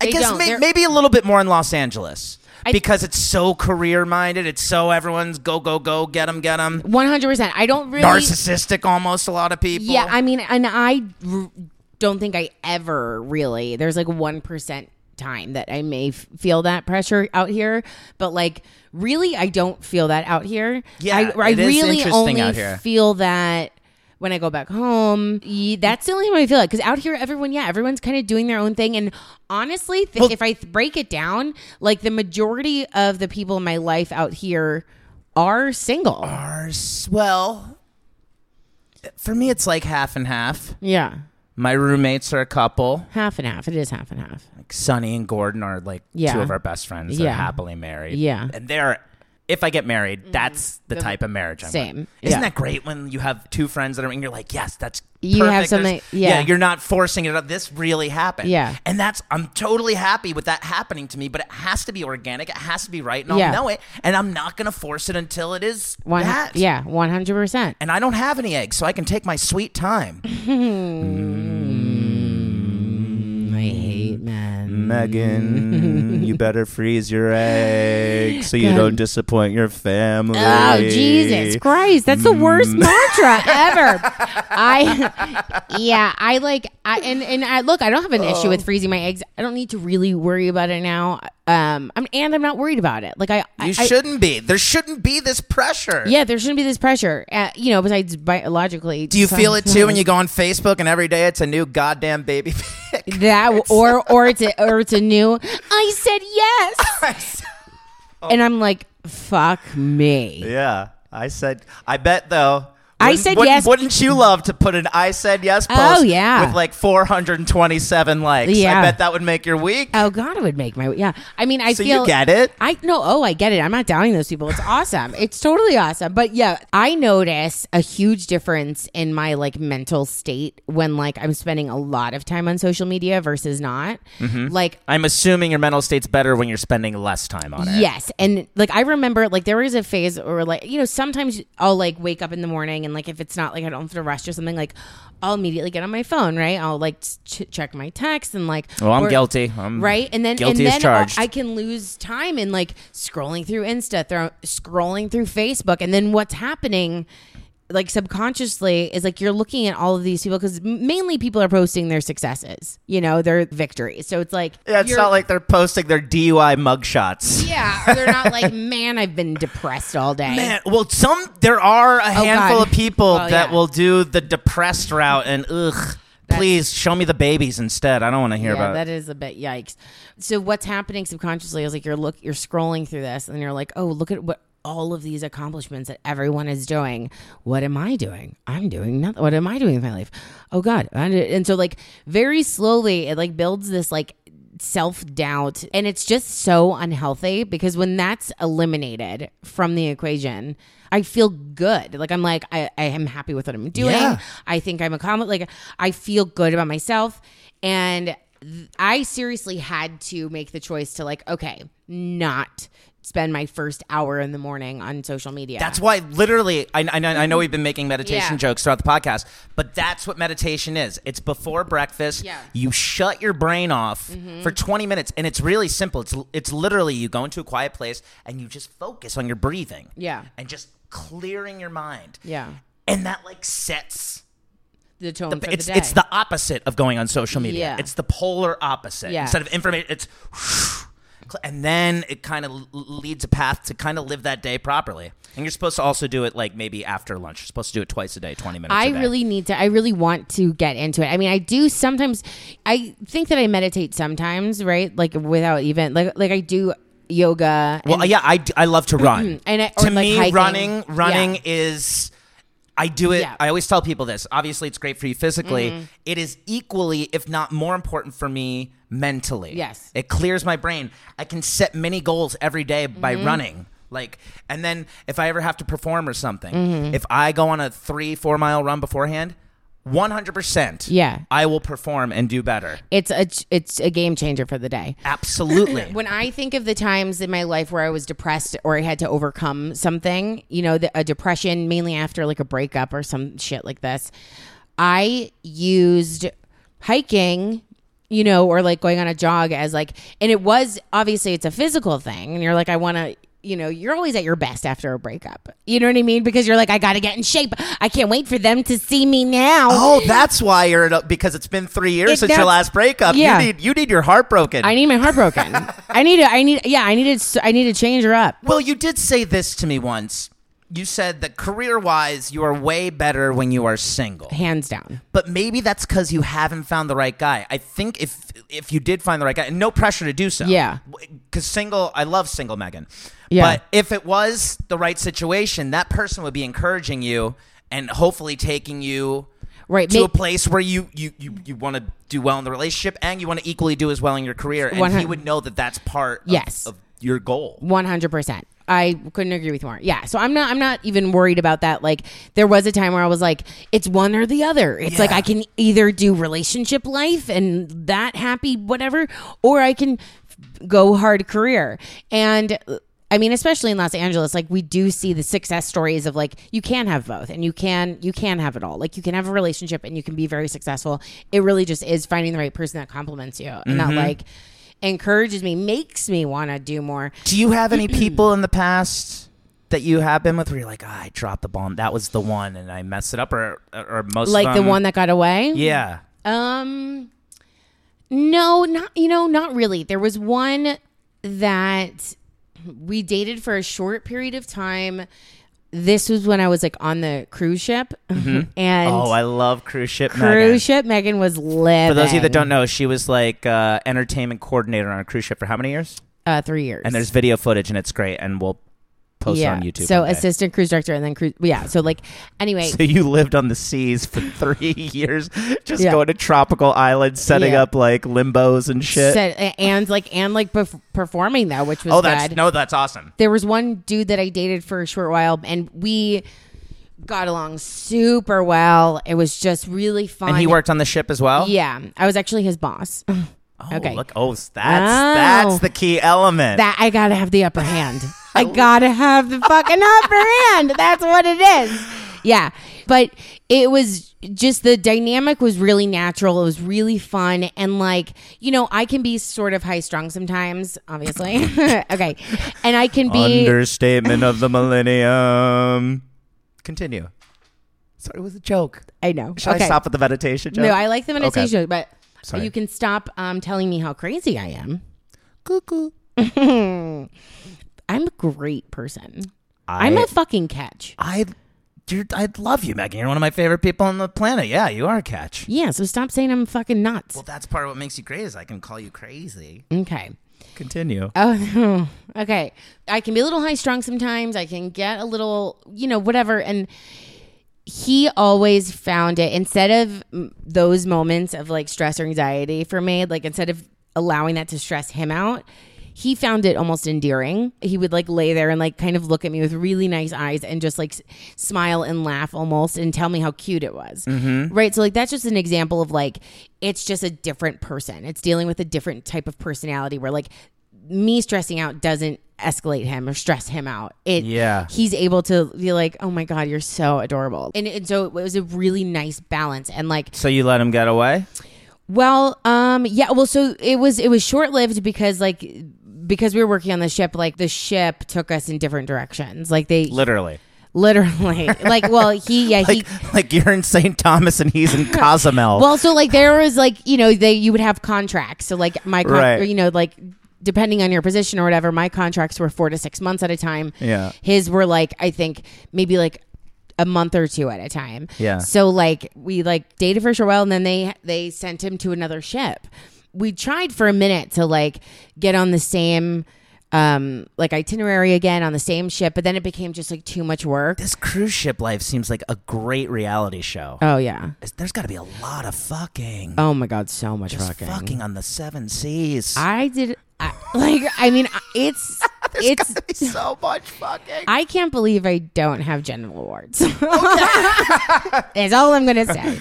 I They guess don't. may- They're- maybe a little bit more in Los Angeles I- because it's so career minded. It's so everyone's go go go get them get them. One hundred percent. I don't really. Narcissistic, almost a lot of people. Yeah, I mean, and I r- don't think I ever really. There's like one percent time that I may f- feel that pressure out here, but like really, I don't feel that out here. Yeah, I, I it is really interesting only out here. feel that. When I go back home, Ye- that's the only time I feel it. Because out here, everyone, yeah, everyone's kind of doing their own thing. And honestly, th- if I th- break it down, like the majority of the people in my life out here are single. Are s- well, for me, it's like half and half. yeah, My roommates are a couple. half and half. It is half and half. Like Sonny and Gordon are like Yeah. two of our best friends. They're Yeah. happily married. Yeah. and they're. If I get married, that's the, type of marriage I'm same. Isn't Yeah. that great when you have two friends that are and you're like, yes, that's You have perfect. There's- something- yeah. you're not forcing it. up. This really happened. Yeah. and that's I'm totally happy with that happening to me. But it has to be organic. It has to be right, and I'll Yeah. know it. And I'm not gonna force it until it is One, that. yeah, one hundred percent. And I don't have any eggs, so I can take my sweet time. Mm. I hate men. [laughs] Megan, you better freeze your egg so you don't disappoint your family. Oh Jesus Christ! That's Mm. the [laughs] worst mantra ever. I, yeah, I like, I and and I look. I don't have an Oh. issue with freezing my eggs. I don't need to really worry about it now. Um, I'm and I'm not worried about it. Like I, I You I- shouldn't be. There shouldn't be this pressure. yeah, there shouldn't be this pressure. Uh, you know, besides biologically. Do you feel it too when you go on Facebook and every day it's a new goddamn baby [laughs] [laughs] pic? that or or it's a, or it's a new? I said [laughs] yes, and I'm like, fuck me. Oh. yeah, I said. I bet though. I wouldn't- said wouldn't- yes. Wouldn't you love to put an "I said yes" post? Oh, yeah. with like 427 likes. I Yeah. bet that would make your week. Oh God, it would make my yeah. I mean, I so feel you get it. I no, oh, I get it. I'm not doubting those people. It's awesome. it's totally awesome. But yeah, I notice a huge difference in my like mental state when like I'm spending a lot of time on social media versus not. Like I'm assuming your mental state's better when you're spending less time on it. Yes. And like I remember like there was a phase where like you know, sometimes I'll like wake up in the morning and like if it's not like I don't have to rush or something, like I'll immediately get on my phone, right? I'll like ch- check my text and like Well, Oh, I'm or- guilty. I'm right? And then guilty and as then charged. I can lose time in like scrolling through Insta, thro- scrolling through Facebook, and then what's happening like subconsciously is like you're looking at all of these people because mainly people are posting their successes, you know, their victories. So it's like Yeah, it's you're- not like they're posting their DUI mugshots. yeah, or they're not like man, I've been depressed all day. Man, well, some there are a handful God. of people Oh, that yeah. will do the depressed route, and ugh, please show me the babies instead. I don't want to hear Yeah, about. that it. is a bit yikes. So what's happening subconsciously is like you're look you're scrolling through this and you're like, "Oh, look at what all of these accomplishments that everyone is doing. What am I doing? I'm doing nothing. What am I doing with my life? Oh god." I did- And so like very slowly it like builds this like self-doubt and it's just so unhealthy because when that's eliminated from the equation i feel good like i'm like i, I am happy with what i'm doing Yeah. I think I'm a comic. Like I feel good about myself, and th- I seriously had to make the choice to like, okay, not spend my first hour in the morning on social media. That's why, literally, I, I, know- I know we've been making meditation Mm-hmm. Yeah. jokes throughout the podcast, but that's what meditation is. It's before breakfast. Yeah. Mm-hmm. You shut your brain off for 20 minutes, and it's really simple. It's, it's literally you go into a quiet place and you just focus on your breathing. Yeah. And just clearing your mind. yeah. And that, like, sets. The tone for It's the day. it's the opposite of going on social media. Yeah. It's the polar opposite. Yeah. Instead of information, it's [sniffs] and then it kind of leads a path to kind of live that day properly. And you're supposed to also do it like maybe after lunch. You're supposed to do it twice a day, 20 minutes. I a day. really need to. I really want to get into it. I mean, I do sometimes. I think that I meditate sometimes, right? Like without even like like I do yoga. Well, and, yeah, I, d- I love [clears throat] to run. And I- or, to like, me, hiking. running running Yeah. is I do it. Yeah. Mm-hmm. I always tell people this. Obviously, it's great for you physically. It is equally, if not more important for me mentally. Yes. it clears my brain. I can set mini goals every day by Mm-hmm. running. Like, and then if I ever have to perform or something, Mm-hmm. if I go on a three four mile run beforehand. 100% Yeah. i will perform and do better it's a ch- it's a game changer for the day. [laughs] absolutely When I think of the times in my life where I was depressed or I had to overcome something, you know, the, a depression, mainly after like a breakup or some shit like this, I used hiking, you know, or like going on a jog as like, and it was obviously it's a physical thing. And you're like, I want to, you know, you're always at your best after a breakup. You know what I mean? Because you're like, I got to get in shape. I can't wait for them to see me now. Oh, that's why you're at a- because it's been three years It- since your that's- last breakup. yeah. You need you need your heart broken. I need my heart broken. I need to, I need, yeah, I needed, s- I need to change her up. well, you did say this to me once. You said that career wise, you are way better when you are single. Hands down. But maybe that's because you haven't found the right guy. I think if if you did find the right guy, and no pressure to do so. Yeah. Because single, I love single Megan. Yeah. But if it was the right situation, that person would be encouraging you and hopefully taking you Right. to ma- a place where you you you, you want to do well in the relationship and you want to equally do as well in your career and One hun- he would know that that's part of, Yes. of your goal One hundred percent. I couldn't agree with more. Yeah. So I'm not. I'm not even worried about that. Like there was a time where I was like, it's one or the other. It's like Yeah. I can either do relationship life and that happy whatever, or I can go hard career. And I mean, especially in Los Angeles, like we do see the success stories of like you can have both and you can you can have it all. Like you can have a relationship and you can be very successful. It really just is finding the right person that complements you and that like encourages me, makes me want to do more. do you have any people in the past that you have been with where you're like "Ah, i dropped the ball and that was the one and i messed it up or or most like of the them- one that got away yeah um no not you know not really there was one that we dated for a short period of time this was when i was like on the cruise ship [laughs] and oh i love cruise ship Megan. cruise ship megan was live for those of you that don't know, she was like uh, entertainment coordinator on a cruise ship for how many years? uh three years And there's video footage, and it's great, and we'll post on YouTube. so one day. assistant cruise director and then cruise yeah so like anyway So you lived on the seas for [laughs] three years, just Yeah. going to tropical islands, setting Yeah. up like limbos and shit. so- and like and like perf- performing though which was oh, bad. that's no, that's awesome. there was one dude that I dated for a short while, and we got along super well. It was just really fun. And he worked on the ship as well. Yeah, I was actually his boss. [laughs] Oh, okay. Look, oh, that's Oh. that's the key element. that I gotta have the upper hand. [laughs] I gotta have the fucking upper hand. That's what it is. Yeah. But it was just the dynamic was really natural. It was really fun. And like, you know, I can be sort of high strung sometimes, obviously. [laughs] okay. And I can be Understatement of the millennium. Continue. Sorry, it was a joke. I know. Should okay. I stop with the meditation joke? No, I like the meditation, Okay. joke, but Sorry. you can stop um, telling me how crazy I am. Cuckoo. I'm a great person. I- I'm a fucking catch. I, you're, I love you, Megan. You're one of my favorite people on the planet. Yeah, you are a catch. Yeah, so stop saying I'm fucking nuts. Well, that's part of what makes you great is I can call you crazy. Okay. Continue. Oh, [laughs] okay. I can be a little high strung sometimes. I can get a little, you know, whatever. And he always found it instead of mm, those moments of like stress or anxiety for me, like instead of allowing that to stress him out, he found it almost endearing. He would like lay there and like kind of look at me with really nice eyes and just like s- smile and laugh almost and tell me how cute it was. Right. So, like, that's just an example of like, it's just a different person. It's dealing with a different type of personality where like me stressing out doesn't escalate him or stress him out. It Yeah. he's able to be like, "Oh my god, you're so adorable." And, and so it was a really nice balance and like So you let him get away? well, um, yeah. Well, so it was it was short lived because like because we were working on the ship, like the ship took us in different directions. Like they Literally. literally, like, well, he yeah he. Like, [laughs] like you're in St. Thomas and [laughs] he's in Cozumel. Well, so like there was like you know they you would have contracts. So like my con- Right. or, you know like depending on your position or whatever, my contracts were four to six months at a time. Yeah. his were like I think maybe like a month or two at a time. Yeah. So like we like dated for a short while, and then they they sent him to another ship. We tried for a minute to like get on the same um like itinerary again on the same ship, but then it became just like too much work. this cruise ship life seems like a great reality show. Oh yeah. There's got to be a lot of fucking. Oh my god, so much Just fucking. fucking on the seven seas. [laughs] I did. I, like, I mean, I- it's it's. so much fucking. I can't believe I don't have genital awards. [laughs] That's all I'm gonna say.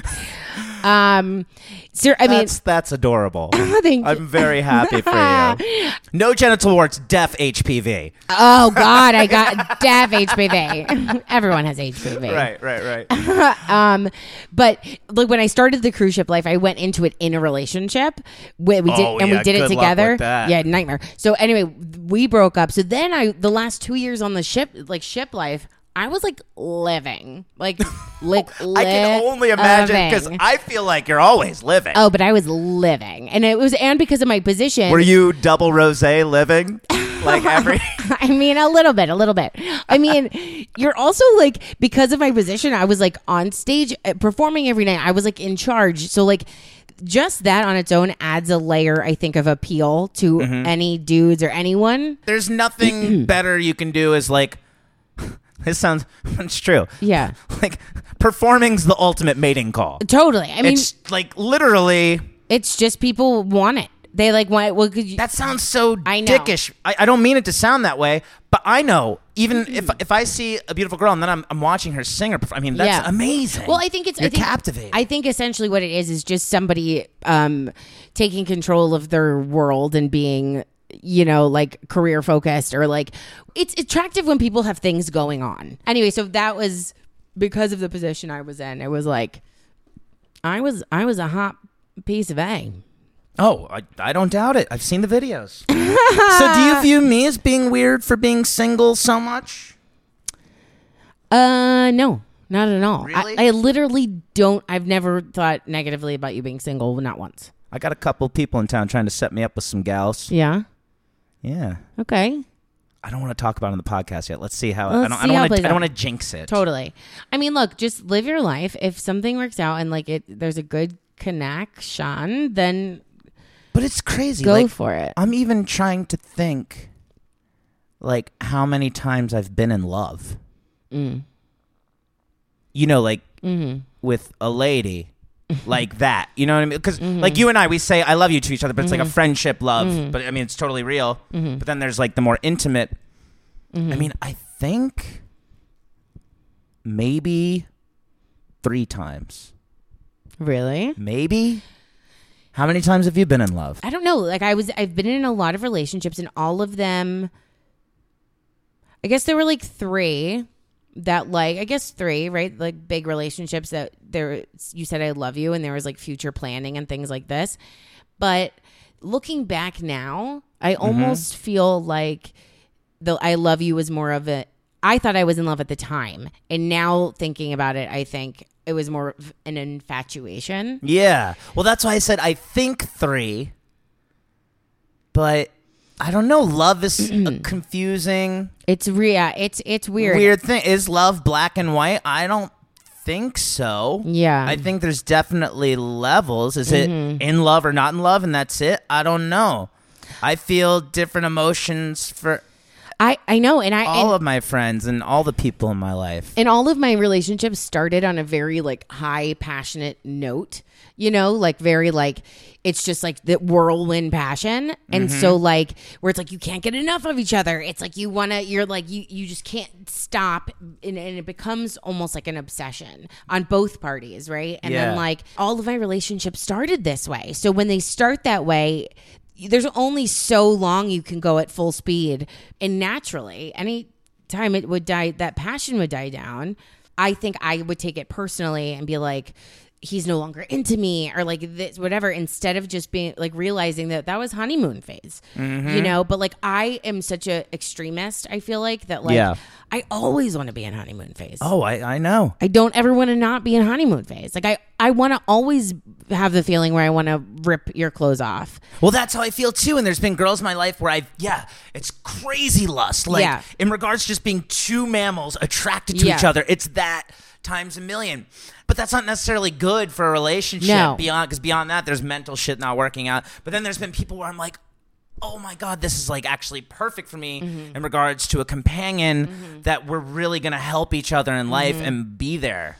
Um, sir, I mean, that's that's [laughs] adorable. Thank you. I'm very happy for [laughs] you. No genital warts, deaf HPV. oh god, I got deaf HPV. Everyone has HPV, right, right. Um, but like when I started the cruise ship life, I went into it in a relationship. We, we did, Oh, and yeah, we did it good luck together. with that. Yeah, nightmare. So anyway, we broke up. So then I, the last two years on the ship, like ship life, I was like living, [laughs] like like I can only imagine because living. I feel like you're always living. Oh, but I was living, and it was, and because of my position, Were you double rose [laughs] living? Like every. I mean, a little bit, a little bit. I mean, you're also like because of my position, I was like on stage uh, performing every night. I was like in charge, so like just that on its own adds a layer, I think, of appeal to any dudes or anyone. There's [clears throat] nothing better you can do is like. [laughs] This sounds. [laughs] It's true. Yeah, Like, performing's the ultimate mating call. totally. I mean, it's, It's like literally. just people want it. They like want. Well, could you? That sounds so I know. dickish. I, I don't mean it to sound that way, but I know even Mm-hmm. if if I see a beautiful girl and then I'm, I'm watching her sing or perf- I mean that's Yeah. amazing. Well, I think it's You're I think, captivating. I think essentially what it is is just somebody um, taking control of their world and being, you know, like career focused or like it's attractive when people have things going on. Anyway, so that was because of the position I was in. It was like I was I was a hot piece of a. oh, I, I don't doubt it. I've seen the [laughs] videos. so do you view me as being weird for being single so much? Uh, no. Not at all. I- Really? I, literally don't. I've never thought negatively about you being single, not once. I got a couple people in town trying to set me up with some gals. Yeah. Yeah. Okay. I don't want to talk about it on the podcast yet. Let's see how I Let's don't I see don't how it want to plays I don't out. want to jinx it. Totally. I mean, look, just live your life. If something works out and like it, there's a good connection, then But it's crazy. go like, for it. I'm even trying to think, like, how many times I've been in love. You know, like, Mm-hmm. with a [laughs] lady like that. You know what I mean? Because, Mm-hmm. like, you and I, we say, I love you to each other, but it's like a friendship love. But, I mean, it's totally real. Mm-hmm. But then there's, like, the more intimate. I mean, I think maybe three times. Really? Maybe. How many times have you been in love? I don't know. Like I was, I've been in a lot of relationships, and all of them. I guess there were like three that like I guess three right like big relationships that there you said I love you and there was like future planning and things like this, but looking back now, I almost feel like the I love you was more of a I thought I was in love at the time, and now thinking about it, I think it was more of an infatuation. Yeah. Well, that's why I said I think three, but I don't know. Love is [clears throat] a confusing, It's real. It's it's weird. weird. thing. Is love black and white? I don't think so. Yeah. I think there's definitely levels. Is it in love or not in love, and that's it? I don't know. I feel different emotions for I I know, and I all and, of my friends and all the people in my life. and all of my relationships started on a very like high passionate note, you know, like very like it's just like the whirlwind passion, and so Mm-hmm. like where it's like you can't get enough of each other. It's like you wanna, you're like you you just can't stop, and, and it becomes almost like an obsession on both parties, right? And Yeah. then like all of my relationships started this way, so when they start that way. there's only so long you can go at full speed and naturally any time it would die that passion would die down i think i would take it personally and be like he's no longer into me or like this whatever instead of just being like realizing that that was honeymoon phase you know but like i am such a extremist i feel like that like Yeah. i always want to be in honeymoon phase Oh, I, I know. I don't ever want to not be in honeymoon phase. Like I, I want to always have the feeling where I want to rip your clothes off. Well, that's how I feel too. And there's been girls in my life where I've, yeah, it's crazy lust. Like, Yeah. in regards to just being two mammals attracted to Yeah. each other, it's that times a million. But that's not necessarily good for a relationship No. beyond, because beyond that, there's mental shit not working out. But then there's been people where I'm like, oh my God, this is like actually perfect for me Mm-hmm. in regards to a companion that we're really going to help each other Mm-hmm. in life and be there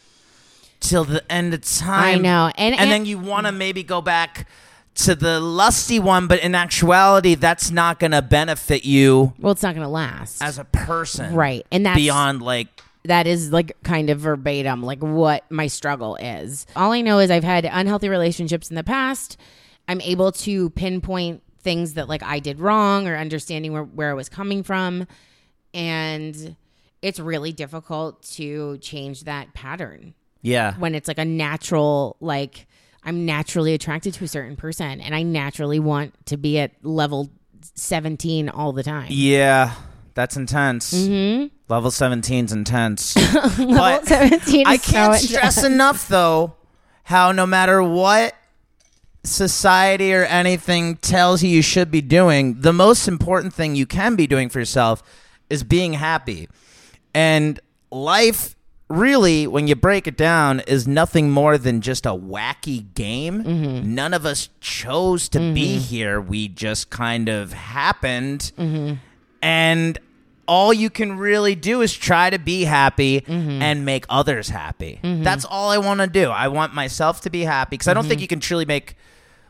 till the end of time. I know. And- and- then you want to maybe go back to the lusty one, but in actuality, that's not going to benefit you Well, it's not going to last, as a person. right? And that's Beyond like, that is like kind of verbatim, like what my struggle is. All I know is I've had unhealthy relationships in the past. I'm able to pinpoint things that like I did wrong or understanding where, where I was coming from, and it's really difficult to change that pattern. yeah. when it's like a natural like I'm naturally attracted to a certain person and I naturally want to be at level 17 all the time. [laughs] Yeah. That's intense. Level 17's intense. Mm-hmm. [laughs] Level 17 is I so can't intense. stress [laughs] enough though how no matter what society or anything tells you you should be doing, the most important thing you can be doing for yourself is being happy. And life really when you break it down is nothing more than just a wacky game. Mm-hmm. None of us chose to be here. We just kind of happened and all you can really do is try to be happy and make others happy. That's all I want to do. I want myself to be happy because I don't think you can truly make.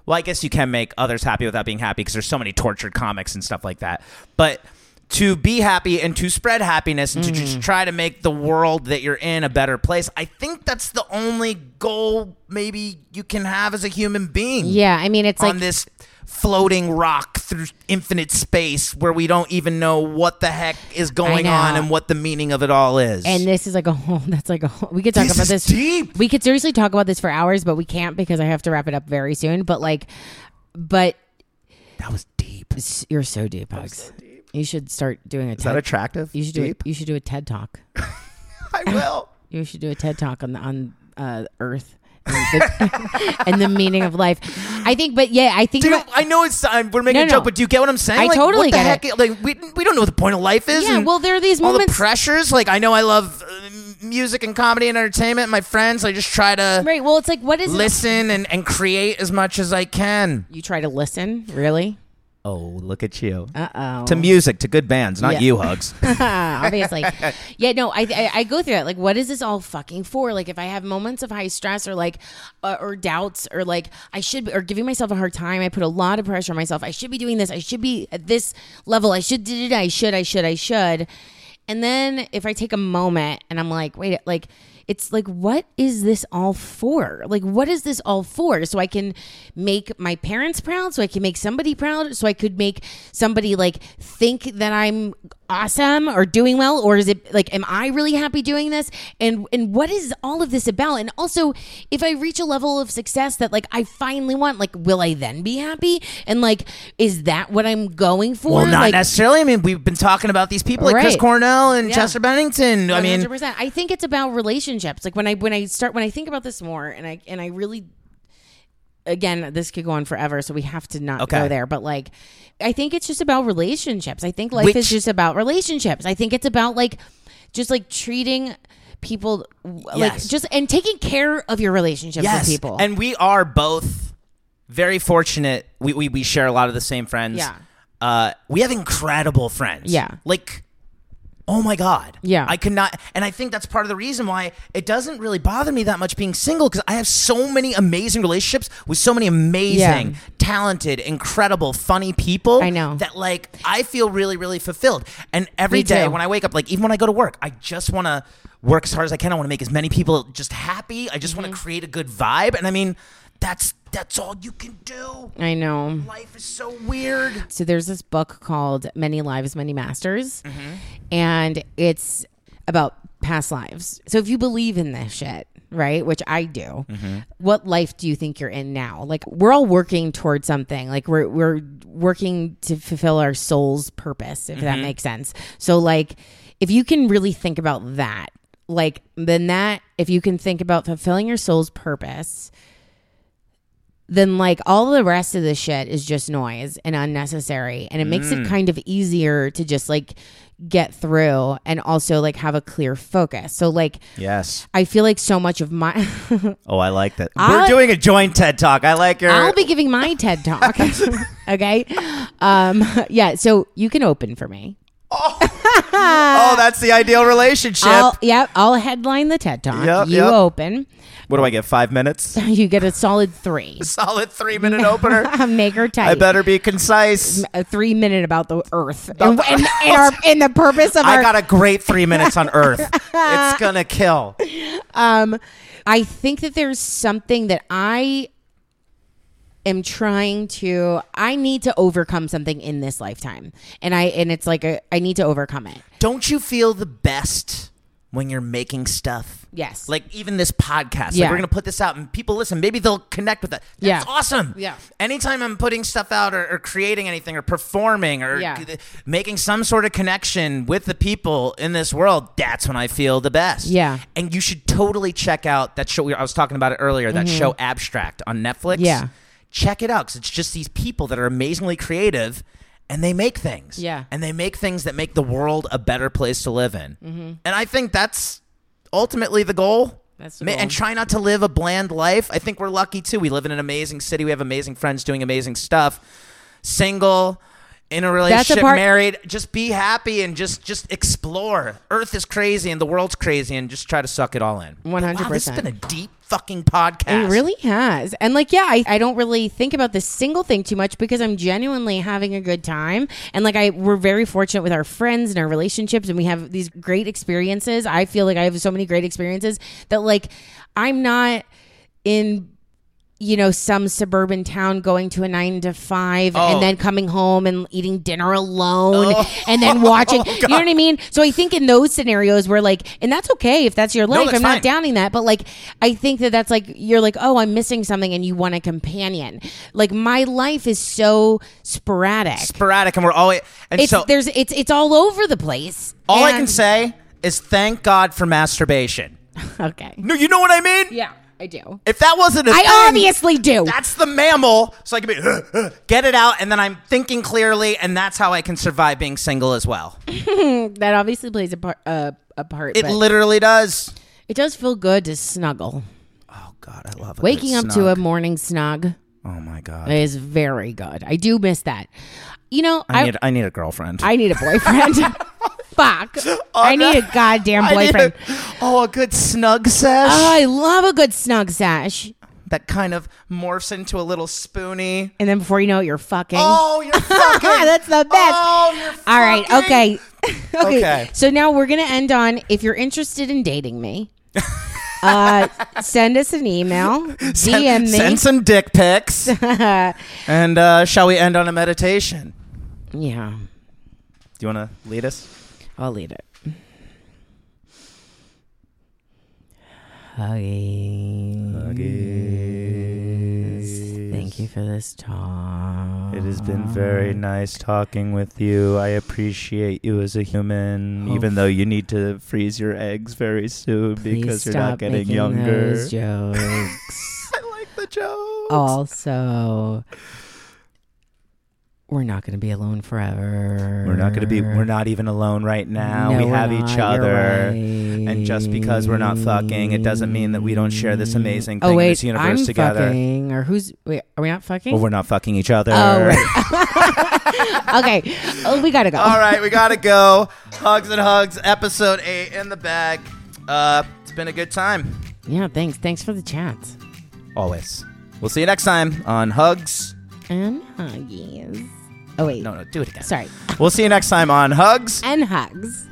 Well, I guess you can make others happy without being happy because there's so many tortured comics and stuff like that. But to be happy and to spread happiness and to just try to make the world that you're in a better place, I think that's the only goal maybe you can have as a human being Yeah, I mean it's on like this floating rock through infinite space where we don't even know what the heck is going know. on and what the meaning of it all is. and this is like a whole [laughs] that's like a whole we could talk This about is this deep. we could seriously talk about this for hours but we can't because I have to wrap it up very soon but like but that was deep. Is s- you're so deep, Hugs. You should start doing a TED. that attractive? you should do it. you should do a TED talk. I [laughs] will. You should do a TED talk on the on uh, Earth and the, [laughs] and the meaning of life. I think, but yeah, I think. Do you, about- I know it's i we're making No, a joke, no. but do you get what I'm saying? I like, totally what the get heck? Like we, we don't know what the point of life is. yeah, and well, there are these all moments, the pressures. Like I know I love uh, music and comedy and entertainment. and My friends, I just try to right? Well, it's like, what is it? listen and, and create as much as I can. You try to listen, really? [laughs] Oh, look at you. Uh oh. to music, to good bands, not Yeah. you, [laughs] Hugs. obviously yeah no I, I i go through that like what is this all fucking for like if i have moments of high stress or like uh, or doubts or like i should be, or giving myself a hard time i put a lot of pressure on myself i should be doing this i should be at this level i should did it i should i should i should and then if i take a moment and i'm like wait like it's like what is this all for like what is this all for so i can make my parents proud so i can make somebody proud so i could make somebody like think that i'm awesome or doing well or is it like am i really happy doing this and and what is all of this about and also if i reach a level of success that like i finally want like will i then be happy and like is that what i'm going for Well, not like necessarily. I mean, we've been talking about these people like Chris Right. Cornell and Yeah. Chester Bennington. I mean, 100%. I think it's about relationships. Like when I when I start when I think about this more and I and I really again, this could go on forever, so we have to not Okay. go there, but like I think it's just about relationships. I think life Which- is just about relationships. I think it's about like just like treating people like Yes. just and taking care of your relationships yes, with people. and we are both very fortunate. We, we we share a lot of the same friends. Yeah. uh, we have incredible friends. Yeah. like. Oh my God. Yeah. I could not. And I think that's part of the reason why it doesn't really bother me that much being single because I have so many amazing relationships with so many amazing, talented, incredible, funny people. I know. That, like, I feel really, really fulfilled. And every Me day too. when I wake up, like, even when I go to work, I just want Mm-hmm. to work as hard as I can. I want to make as many people just happy. I just want to create a good vibe. And I mean, That's that's all you can do. I know. Life is so weird. So there's this book called Many Lives, Many Masters, and it's about past lives. So if you believe in this shit, right, which I do, what life do you think you're in now? Like we're all working towards something. Like we're we're working to fulfill our soul's purpose, if that makes sense. So like if you can really think about that, like then that if you can think about fulfilling your soul's purpose, then like all the rest of the shit is just noise and unnecessary and it makes Mm. it kind of easier to just like get through and also like have a clear focus so like Yes. i feel like so much of my [laughs] Oh, I like that. We're I- doing a joint TED talk. I like your. i'll be giving my [laughs] ted talk [laughs] okay um yeah so you can open for me oh, that's the ideal relationship. i'll yeah i'll headline the ted talk Yep, you yep. open [laughs] what do I get? Five minutes. you get a solid three [laughs] [laughs] Solid three minute opener. make her tight I better be concise. a three minute about the earth and, and, and our, and the purpose of I our got a great three minutes [laughs] on Earth. it's gonna kill. um i think that there's something that i am trying to i need to overcome something in this lifetime and i and it's like a, i need to overcome it Don't you feel the best when you're making stuff? yes Like even this podcast. Yeah. Like we're gonna put this out and people listen. Maybe they'll connect with that. That's Yeah. awesome. Yeah. Anytime I'm putting stuff out or, or creating anything or performing or Yeah. g- making some sort of connection with the people in this world, that's when I feel the best. Yeah. And you should totally check out that show. we- I was talking about it earlier. That show Abstract on Netflix. Mm-hmm. Yeah. Check it out because it's just these people that are amazingly creative. And they make things. Yeah. And they make things that make the world a better place to live in. Mm-hmm. And I think that's ultimately the goal. That's the Ma- And goal. try not to live a bland life. I think we're lucky too. We live in an amazing city. We have amazing friends doing amazing stuff. Single, in a relationship, part- married. Just be happy and just just explore. Earth is crazy and the world's crazy, and just try to suck it all in. 100%. Wow, this has been a deep fucking podcast. It really has. And like, yeah, I, I don't really think about the single thing too much because I'm genuinely having a good time. And like I we're very fortunate with our friends and our relationships and we have these great experiences. I feel like I have so many great experiences that like I'm not in you know, some suburban town going to a nine to five Oh. and then coming home and eating dinner alone [laughs] and [laughs] then watching. Oh, you know what I mean? So I think in those scenarios where like, and that's okay if that's your life. that's I'm fine. not downing that, but like, I think that that's like, you're like, oh, I'm missing something and you want a companion. Like, my life is so sporadic. sporadic, and we're always and it's so there's it's it's all over the place. all I And- can say is thank God for masturbation. [laughs] okay, No, you know what I mean. yeah, I do. If that wasn't a thing, I obviously do. That's the mammal, so I can be "Ugh, ugh," get it out, and then I'm thinking clearly, and that's how I can survive being single as well. That obviously plays a part. Uh, a part. It but literally does. it does feel good to snuggle. Oh God, I love it. Waking up to a morning snug Oh my God, is very good. I do miss that. You know, I I need I need a girlfriend. I need a [laughs] boyfriend. Fuck. I no. need a goddamn I need boyfriend. a- oh, a good snug sesh Oh, I love a good snug sash. that kind of morphs into a little spoony. And then before you know it, you're fucking. Oh, [laughs] you're fucking. That's the best. Oh, you're fucking. All right. Okay. [laughs] okay. Okay. So now we're going to end on if you're interested in [laughs] dating me, uh, send us an email, DM me. Send some dick [laughs] pics, and uh, shall we end on a meditation? yeah. Do you want to lead us? I'll lead it. Huggies. Thank you for this talk. It has been very nice talking with you. I appreciate you as a Oh. human, even though you need to freeze your eggs very soon Please because you're stop not getting making younger. [laughs] Those jokes. I like the jokes. also, we're not going to be alone forever. We're not going to be. We're not even alone right now. No, we we're have not. each You're other, right. and just because we're not fucking, it doesn't mean that we don't share this amazing thing, oh wait, this universe I'm together. fucking. Or who's? Wait, are we not fucking? Well, we're not fucking each other. Oh, [laughs] okay. Oh, we gotta go. All right, we gotta go. Hugs and hugs, episode eight in the bag. Uh, it's been a good time. Yeah, thanks. Thanks for the chat. Always. We'll see you next time on Hugs. And huggies. Oh wait. No, no, do it again. Sorry. We'll see you next time on Hugs. And hugs.